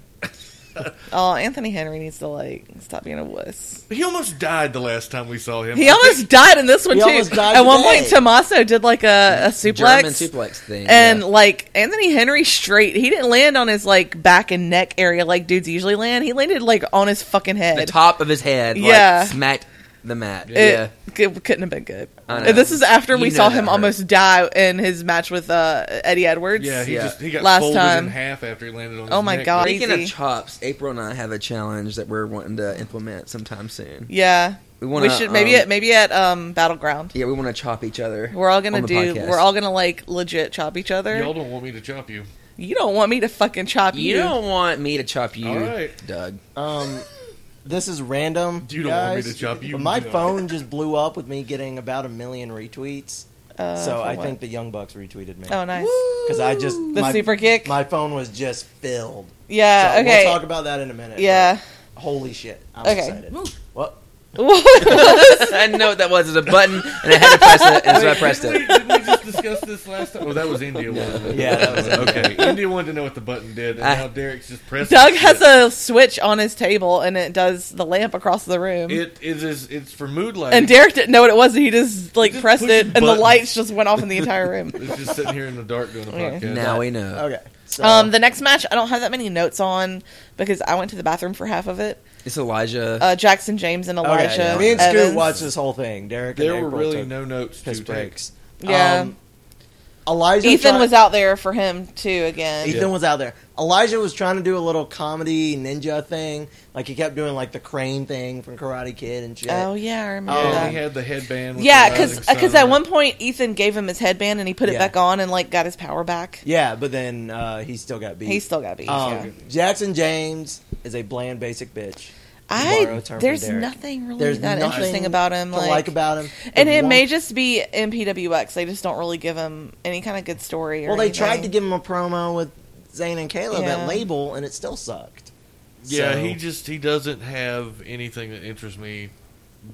Speaker 1: Oh, Anthony Henry needs to like stop being a wuss.
Speaker 2: He almost died the last time we saw him.
Speaker 1: He almost died in this one
Speaker 3: He
Speaker 1: too.
Speaker 3: almost died
Speaker 1: At one
Speaker 3: today.
Speaker 1: point Tommaso did like a, a suplex.
Speaker 4: Mm, German suplex thing.
Speaker 1: And
Speaker 4: yeah.
Speaker 1: like Anthony Henry straight, he didn't land on his like back and neck area like dudes usually land. He landed like on his fucking
Speaker 4: the
Speaker 1: head.
Speaker 4: top of his head,
Speaker 1: Yeah.
Speaker 4: like, smacked the mat. yeah.
Speaker 1: It, it couldn't have been good.
Speaker 4: I know.
Speaker 1: This is after
Speaker 4: You
Speaker 1: we
Speaker 4: know
Speaker 1: saw
Speaker 4: that
Speaker 1: him
Speaker 4: hurt.
Speaker 1: almost die in his match with uh, Eddie Edwards.
Speaker 2: Yeah, he
Speaker 4: Yeah.
Speaker 2: just he got
Speaker 1: Last
Speaker 2: folded
Speaker 1: time.
Speaker 2: in half after he landed on.
Speaker 1: Oh
Speaker 2: his
Speaker 1: my
Speaker 2: neck.
Speaker 1: God.
Speaker 4: Speaking
Speaker 1: Crazy.
Speaker 4: of chops, April and I have a challenge that we're wanting to implement sometime soon.
Speaker 1: Yeah.
Speaker 4: We
Speaker 1: We,
Speaker 4: wanna,
Speaker 1: should maybe
Speaker 4: um,
Speaker 1: at maybe at um battleground.
Speaker 4: Yeah, we want to chop each other.
Speaker 1: We're all gonna
Speaker 4: on the
Speaker 1: do.
Speaker 4: podcast.
Speaker 1: We're all gonna like legit chop each other.
Speaker 2: Y'all don't want me to chop you.
Speaker 1: You don't want me to fucking chop you.
Speaker 4: You don't want me to chop you,
Speaker 2: All right.
Speaker 4: Doug.
Speaker 3: Um, this is random.
Speaker 2: You don't want me
Speaker 3: guys,
Speaker 2: to chop you
Speaker 3: but my
Speaker 2: down.
Speaker 3: phone just blew up with me getting about a million retweets.
Speaker 1: Uh,
Speaker 3: so
Speaker 1: for
Speaker 3: I
Speaker 1: what?
Speaker 3: think the Young Bucks retweeted me.
Speaker 1: Oh, nice.
Speaker 3: Because I just
Speaker 1: The
Speaker 3: my,
Speaker 1: super kick.
Speaker 3: My phone was just filled.
Speaker 1: yeah.
Speaker 3: so
Speaker 1: okay.
Speaker 3: We'll talk about that in a minute.
Speaker 1: yeah.
Speaker 3: but Holy shit! I'm
Speaker 1: Okay.
Speaker 3: excited. What?
Speaker 4: I didn't know what that was. It was a button, and I had to press it, and so I
Speaker 2: Wait,
Speaker 4: pressed
Speaker 2: didn't
Speaker 4: it.
Speaker 2: We, didn't we just discuss this last time? Oh, that was India. wasn't it?
Speaker 3: Yeah, that was
Speaker 2: okay. India wanted to know what the button did, and
Speaker 4: I-
Speaker 2: now Derek's just pressing.
Speaker 1: Doug
Speaker 2: shit.
Speaker 1: has a switch on his table, and it does the lamp across the room.
Speaker 2: It is. is- It's for mood lighting.
Speaker 1: and Derek didn't know what it was. and He just like
Speaker 2: Just
Speaker 1: pressed
Speaker 2: push
Speaker 1: it, and the
Speaker 2: buttons.
Speaker 1: lights just went off in the entire room.
Speaker 2: It's just sitting here in the dark doing a
Speaker 1: Okay.
Speaker 2: podcast.
Speaker 4: Now we know.
Speaker 3: Okay. So,
Speaker 1: Um, the next match, I don't have that many notes on because I went to the bathroom for half of it.
Speaker 4: It's Elijah.
Speaker 1: Uh, Jackson James and
Speaker 3: okay,
Speaker 1: Elijah.
Speaker 3: Me and Scoot
Speaker 1: Evans.
Speaker 3: watched this whole thing. Derek
Speaker 2: There
Speaker 3: and
Speaker 2: were
Speaker 3: April
Speaker 2: really
Speaker 3: took
Speaker 2: no notes to
Speaker 3: piss
Speaker 2: take.
Speaker 3: breaks.
Speaker 1: Yeah.
Speaker 3: Um, Elijah.
Speaker 1: Ethan
Speaker 3: tried-
Speaker 1: was out there for him too again.
Speaker 3: Ethan
Speaker 2: Yeah.
Speaker 3: was out there. Elijah was trying to do a little comedy ninja thing. Like he kept doing like the crane thing from Karate Kid and shit.
Speaker 1: Oh yeah, I remember.
Speaker 3: Oh,
Speaker 2: Yeah,
Speaker 1: that.
Speaker 2: he had the headband. with
Speaker 1: yeah,
Speaker 2: the
Speaker 1: because
Speaker 2: rising
Speaker 1: at
Speaker 2: sun on it.
Speaker 1: one point Ethan gave him his headband and he put it
Speaker 3: Yeah.
Speaker 1: back on and like got his power back.
Speaker 3: Yeah, but then uh, he still got beat.
Speaker 1: He still got beat.
Speaker 3: Um,
Speaker 1: yeah.
Speaker 3: Jackson James is a bland, basic bitch. borrow
Speaker 1: I
Speaker 3: a term from
Speaker 1: there's
Speaker 3: Derek.
Speaker 1: nothing really
Speaker 3: There's
Speaker 1: that
Speaker 3: nothing
Speaker 1: interesting about him.
Speaker 3: to like, about him.
Speaker 1: and
Speaker 3: The
Speaker 1: it
Speaker 3: one-
Speaker 1: may just be MPWX. They just don't really give him any kind of good story. Or
Speaker 3: Well, they tried to
Speaker 1: anything.
Speaker 3: give him a promo with Zayn and Caleb
Speaker 1: Yeah.
Speaker 3: at Label, and it still sucked.
Speaker 2: Yeah,
Speaker 3: So,
Speaker 2: he just he doesn't have anything that interests me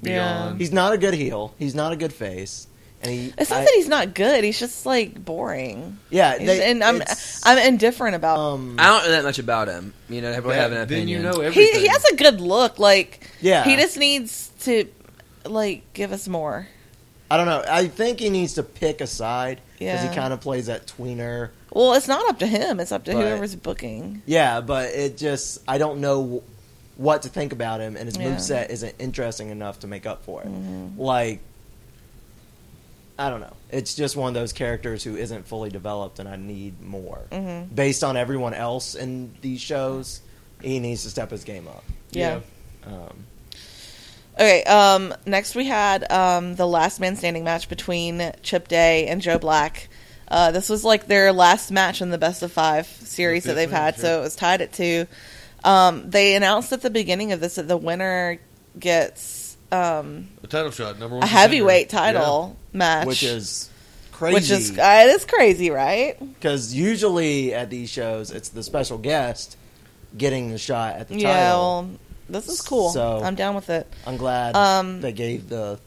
Speaker 2: beyond.
Speaker 3: he's not a good heel. He's not a good face, and he.
Speaker 1: It's not
Speaker 3: I-
Speaker 1: that he's not good. He's just like boring.
Speaker 3: Yeah,
Speaker 1: He's-
Speaker 3: they-
Speaker 1: and I'm
Speaker 3: it's,
Speaker 1: I'm indifferent about.
Speaker 3: um,
Speaker 4: I don't know that much about him. You know, I don't have an
Speaker 2: That- Then
Speaker 4: opinion.
Speaker 2: you know
Speaker 1: he
Speaker 2: everything.
Speaker 1: he has a good look. Like
Speaker 3: yeah.
Speaker 1: he just needs to like give us more.
Speaker 3: I don't know. I think he needs to pick a side because
Speaker 1: Yeah.
Speaker 3: he kind of plays that tweener.
Speaker 1: Well, it's not up to him. It's up to
Speaker 3: Right.
Speaker 1: whoever's booking.
Speaker 3: Yeah, but it just I don't know wh- what to think about him, and his
Speaker 1: Yeah. Mm-hmm.
Speaker 3: moveset isn't interesting enough to make up for it. Like I don't know. It's just one of those characters who isn't fully developed, and I need more
Speaker 1: Mhm.
Speaker 3: based on everyone else in these shows. he needs to step his game up.
Speaker 1: Yeah.
Speaker 3: Um,
Speaker 1: Okay. Um, next, we had um, the last man standing match between Chip Day and Joe Black. Uh, this was like their last match in the best of five series that they've had, so it was tied at two. Um, they announced at the beginning of this that the winner gets um,
Speaker 2: The title shot, number one.
Speaker 1: a
Speaker 2: contender.
Speaker 1: heavyweight
Speaker 2: Yeah.
Speaker 1: title match,
Speaker 3: which is crazy.
Speaker 1: which is uh, it is crazy, right?
Speaker 3: because usually at these shows it's the special guest getting the shot at the
Speaker 1: Yeah,
Speaker 3: title.
Speaker 1: well, this is cool.
Speaker 3: So-
Speaker 1: I'm down with it.
Speaker 3: I'm glad
Speaker 1: Um,
Speaker 3: they gave the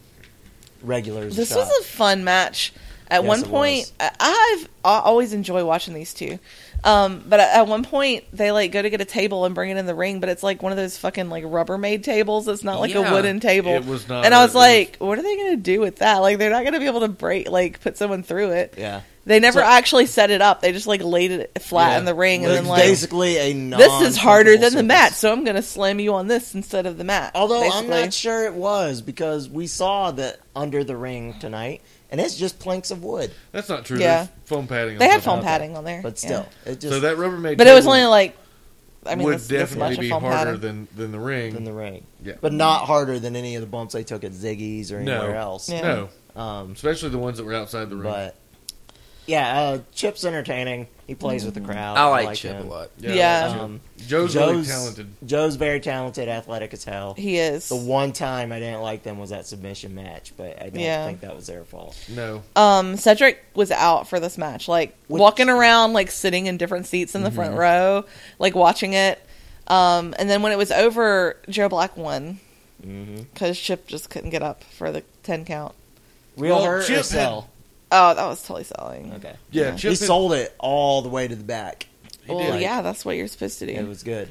Speaker 3: regulars.
Speaker 1: This
Speaker 3: a
Speaker 1: was
Speaker 3: shot.
Speaker 1: a fun match. At
Speaker 3: Yes,
Speaker 1: one
Speaker 3: it
Speaker 1: point,
Speaker 3: was.
Speaker 1: I- I've I always enjoy watching these two. Um, but at at one point, they like go to get a table and bring it in the ring, but it's like one of those fucking like Rubbermaid tables. It's not like
Speaker 4: Yeah.
Speaker 1: a wooden table.
Speaker 2: It was not
Speaker 1: and I
Speaker 2: a-
Speaker 1: was
Speaker 2: it
Speaker 1: like, what are they gonna do with that? Like, they're not gonna be able to break, like, put someone through it.
Speaker 3: yeah.
Speaker 1: They never
Speaker 3: So-
Speaker 1: actually set it up. They just like laid it flat
Speaker 2: Yeah.
Speaker 1: in the ring, and
Speaker 3: It's
Speaker 1: then like,
Speaker 3: basically a non-
Speaker 1: this is harder than the
Speaker 3: surface.
Speaker 1: mat, so I'm gonna slam you on this instead of the mat.
Speaker 3: Although I'm
Speaker 1: basically.
Speaker 3: not sure it was because we saw the under the ring tonight, and it's just planks of wood.
Speaker 2: That's not true.
Speaker 1: Yeah.
Speaker 2: There's foam padding. on
Speaker 1: They had
Speaker 2: top
Speaker 1: foam
Speaker 2: of it.
Speaker 1: padding on there,
Speaker 3: But
Speaker 1: Yeah.
Speaker 3: still, it just
Speaker 2: So that Rubbermaid.
Speaker 1: But it was
Speaker 2: table
Speaker 1: only like, I mean,
Speaker 2: would
Speaker 1: that's, that's
Speaker 2: definitely
Speaker 1: much
Speaker 2: be
Speaker 1: of foam
Speaker 2: harder
Speaker 1: padding.
Speaker 2: than, than the ring.
Speaker 3: in the ring,
Speaker 2: Yeah.
Speaker 3: but not harder than any of the bumps they took at Ziggy's or
Speaker 2: No.
Speaker 3: anywhere else.
Speaker 1: Yeah.
Speaker 2: No,
Speaker 3: Um,
Speaker 2: especially the ones that were outside the ring.
Speaker 3: but yeah, uh, Chip's entertaining. He plays with the crowd.
Speaker 4: I like Chip
Speaker 3: him.
Speaker 4: a lot.
Speaker 1: Yeah.
Speaker 3: Um,
Speaker 2: Joe's, really
Speaker 3: Joe's
Speaker 2: talented.
Speaker 3: Joe's very talented, athletic as hell.
Speaker 1: He is.
Speaker 3: The one time I didn't like them was that submission match, but I don't
Speaker 1: Yeah.
Speaker 3: think that was their fault.
Speaker 2: No,
Speaker 1: Um, Cedric was out for this match, like
Speaker 3: Which-
Speaker 1: walking around, like sitting in different seats in the
Speaker 2: Mm-hmm.
Speaker 1: front row, like watching it. Um, and then when it was over, Joe Black won
Speaker 3: Mm-hmm.
Speaker 1: because Chip just couldn't get up for the ten count.
Speaker 3: Real
Speaker 2: Well,
Speaker 3: hurt
Speaker 2: Chip
Speaker 3: or
Speaker 2: had-
Speaker 3: sell?
Speaker 1: Oh, that was totally selling.
Speaker 3: Okay.
Speaker 2: yeah,
Speaker 1: Yeah.
Speaker 2: Chip
Speaker 3: he
Speaker 2: had-
Speaker 3: sold it all the way to the back.
Speaker 2: he
Speaker 1: Well,
Speaker 2: did.
Speaker 1: yeah, that's what you're supposed to do.
Speaker 3: It was good.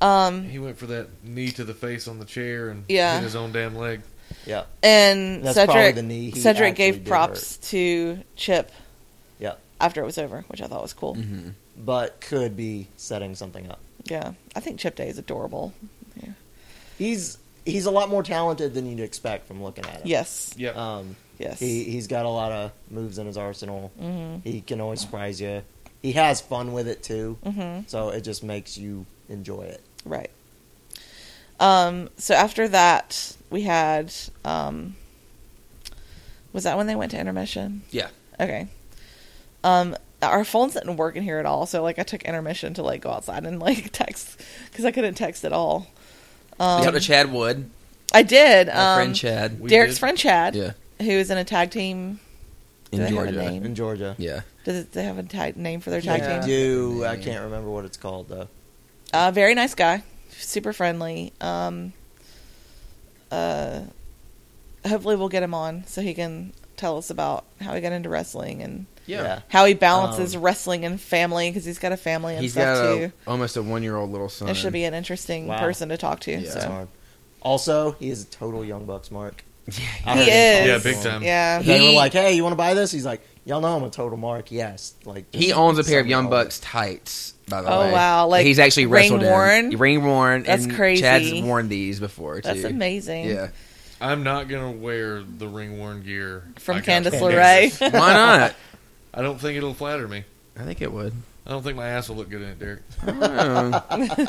Speaker 1: um,
Speaker 2: He went for that knee to the face on the chair and
Speaker 1: Yeah.
Speaker 2: hit his own damn leg.
Speaker 3: Yeah.
Speaker 1: and
Speaker 3: That's probably
Speaker 1: Cedric,
Speaker 3: the knee he
Speaker 1: Cedric
Speaker 3: actually
Speaker 1: gave
Speaker 3: did
Speaker 1: props to Chip
Speaker 3: Yeah.
Speaker 1: after it was over, which I thought was cool.
Speaker 4: Mm-hmm.
Speaker 3: But could be setting something up.
Speaker 1: Yeah, I think Chip Day is adorable. Yeah.
Speaker 3: He's he's a lot more talented than you'd expect from looking at him.
Speaker 1: Yes,
Speaker 2: Yeah,
Speaker 3: Um
Speaker 1: yes.
Speaker 3: he he's got a lot of moves in his arsenal.
Speaker 1: Mhm.
Speaker 3: He can always surprise you. He has fun with it too.
Speaker 1: Mhm.
Speaker 3: So it just makes you enjoy it.
Speaker 1: Right. Um, so after that, we had. Um, was that when they went to intermission?
Speaker 4: Yeah.
Speaker 1: Okay. Um, our phones didn't work in here at all, so like I took intermission to like go outside and like text because I couldn't text at all.
Speaker 4: we
Speaker 1: Um,
Speaker 4: talked to Chad Wood,
Speaker 1: I did.
Speaker 4: our
Speaker 1: Um,
Speaker 4: friend Chad.
Speaker 2: We
Speaker 1: Derek's
Speaker 2: did.
Speaker 1: friend Chad,
Speaker 4: yeah,
Speaker 1: who is in a tag team. Do they
Speaker 4: in
Speaker 1: have a
Speaker 4: Georgia.
Speaker 1: name?
Speaker 3: In Georgia.
Speaker 4: Yeah,
Speaker 1: Does it- they have a tag name for their
Speaker 3: I
Speaker 1: tag
Speaker 2: Yeah.
Speaker 1: team?
Speaker 3: do. I can't remember what it's called though.
Speaker 1: Uh, very nice guy, super friendly. Um, uh, hopefully, we'll get him on so he can tell us about how he got into wrestling and
Speaker 4: yeah.
Speaker 1: how he balances
Speaker 3: Um,
Speaker 1: wrestling and family because he's got a family and
Speaker 4: He's
Speaker 1: stuff
Speaker 4: got
Speaker 1: too.
Speaker 4: a, almost a one-year-old little son.
Speaker 1: It should be an interesting
Speaker 3: Wow.
Speaker 1: person to talk to.
Speaker 4: Yeah.
Speaker 1: so.
Speaker 3: That's hard. Also, he is a total Young Bucks mark. I
Speaker 1: He
Speaker 3: heard him
Speaker 1: is.
Speaker 3: talk
Speaker 2: Yeah,
Speaker 3: to
Speaker 2: big
Speaker 3: him.
Speaker 2: time.
Speaker 1: Yeah,
Speaker 3: they
Speaker 4: He-
Speaker 3: were like, "Hey, you want to buy this?" He's like, "Y'all know I'm a total mark." Yes, like
Speaker 4: He
Speaker 3: just
Speaker 4: owns a pair of
Speaker 3: something
Speaker 4: Young
Speaker 3: else.
Speaker 4: Bucks tights. By the
Speaker 1: Oh,
Speaker 4: way,
Speaker 1: wow, like,
Speaker 4: he's actually
Speaker 1: ring
Speaker 4: wrestled
Speaker 1: worn?
Speaker 4: in ring worn.
Speaker 1: That's
Speaker 4: and
Speaker 1: crazy.
Speaker 4: Chad's worn these before too.
Speaker 1: that's amazing.
Speaker 4: Yeah,
Speaker 2: I'm not gonna wear the ring worn gear
Speaker 1: From
Speaker 2: I got
Speaker 1: Candice
Speaker 2: Candace.
Speaker 1: LeRae.
Speaker 4: why not?
Speaker 2: I don't think it'll flatter me.
Speaker 4: I think it would.
Speaker 2: I don't think my ass will look good in it, Derek.
Speaker 4: I don't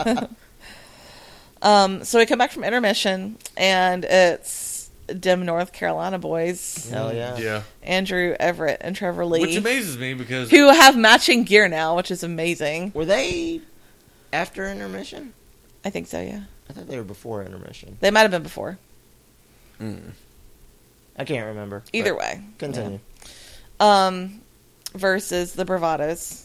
Speaker 4: know.
Speaker 1: Um, so we come back from intermission and it's Dim North Carolina boys,
Speaker 3: Hell yeah!
Speaker 2: Yeah,
Speaker 1: Andrew Everett and Trevor Lee,
Speaker 2: which amazes me because
Speaker 1: who have matching gear now, which is amazing.
Speaker 3: Were they after intermission?
Speaker 1: I think so. Yeah,
Speaker 3: I thought they were before intermission.
Speaker 1: they might have been before.
Speaker 4: Mm.
Speaker 3: I can't remember. but
Speaker 1: Either way.
Speaker 3: continue.
Speaker 1: Yeah. Um, versus the Bravados,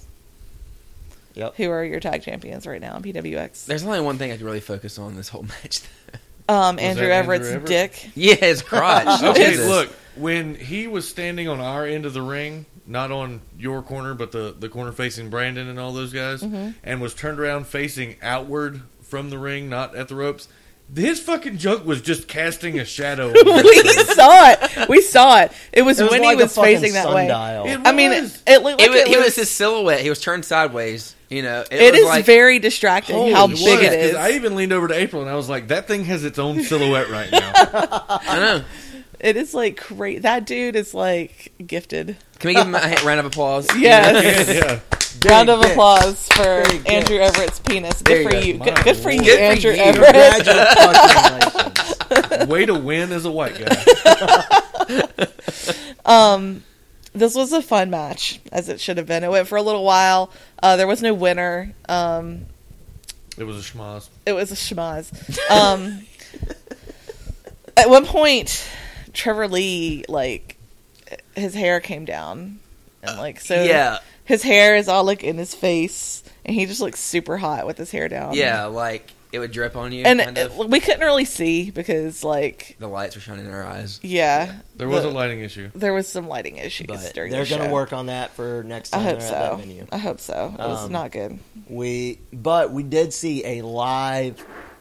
Speaker 3: Yep.
Speaker 1: who are your tag champions right now in PWX.
Speaker 4: There's only one thing I could really focus on this whole match. though.
Speaker 1: Um,
Speaker 2: that
Speaker 1: Andrew
Speaker 2: Andrew
Speaker 1: Everett's
Speaker 2: Everett?
Speaker 1: dick.
Speaker 4: yeah, his crotch.
Speaker 1: Oh,
Speaker 2: Okay,
Speaker 4: Jesus.
Speaker 2: look, when he was standing on our end of the ring, not on your corner, but the, the corner facing Brandon and all those guys,
Speaker 1: Mm-hmm.
Speaker 2: and was turned around facing outward from the ring, not at the ropes, his fucking junk was just casting a shadow. on
Speaker 1: we
Speaker 2: the ring.
Speaker 1: saw it. We saw it. It was,
Speaker 3: It
Speaker 1: when
Speaker 3: like
Speaker 1: he
Speaker 3: a
Speaker 1: was
Speaker 3: fucking
Speaker 1: facing that
Speaker 3: sundial.
Speaker 1: way.
Speaker 2: It
Speaker 1: I mean, it,
Speaker 2: was.
Speaker 1: it looked like
Speaker 4: It was,
Speaker 1: it,
Speaker 4: it
Speaker 1: was.
Speaker 4: was his silhouette. He was turned sideways. You know, it,
Speaker 1: it
Speaker 4: was
Speaker 1: is
Speaker 4: like,
Speaker 1: very distracting
Speaker 4: Holy
Speaker 1: how
Speaker 2: It
Speaker 1: big
Speaker 2: was,
Speaker 1: it
Speaker 2: 'cause
Speaker 1: is.
Speaker 2: I even leaned over to April and I was like, that thing has its own silhouette right now.
Speaker 4: I don't know.
Speaker 1: It is like crazy. That dude is like gifted.
Speaker 4: Can we give him a ha- round of applause?
Speaker 1: Yes.
Speaker 2: yeah.
Speaker 1: Round of
Speaker 4: Big dick.
Speaker 1: applause for
Speaker 3: Big dicks.
Speaker 1: Andrew Everett's penis. Good
Speaker 4: There you
Speaker 1: for
Speaker 4: go.
Speaker 1: you.
Speaker 2: My
Speaker 1: Good, good for
Speaker 2: lord.
Speaker 1: you,
Speaker 4: Good for
Speaker 1: Andrew
Speaker 4: you.
Speaker 1: Everett.
Speaker 3: Congratulations.
Speaker 2: Way to win as a white guy.
Speaker 1: This was a fun match, as it should have been. It went for a little while. Uh, there was no winner. Um,
Speaker 2: It was a schmoz.
Speaker 1: it was a schmaz. Um, at one point, Trevor Lee, like, his hair came down. And, like, so
Speaker 4: yeah,
Speaker 1: his hair is all, like, in his face. And he just looks super hot with his hair down.
Speaker 4: yeah, like it would drip on you.
Speaker 1: Um, And
Speaker 4: kind of.
Speaker 1: it- we couldn't really see because, like,
Speaker 4: the lights were shining in our eyes.
Speaker 1: yeah.
Speaker 2: There was
Speaker 1: the-
Speaker 2: a lighting issue.
Speaker 1: there was some lighting issues
Speaker 4: But
Speaker 1: during
Speaker 3: They're
Speaker 1: the
Speaker 3: going to
Speaker 1: show.
Speaker 3: work on uh, that for next
Speaker 1: I
Speaker 3: time
Speaker 1: hope
Speaker 3: they're at that
Speaker 1: so.
Speaker 3: venue.
Speaker 1: I hope so. It was
Speaker 3: Um,
Speaker 1: not good.
Speaker 3: We, but we did see a live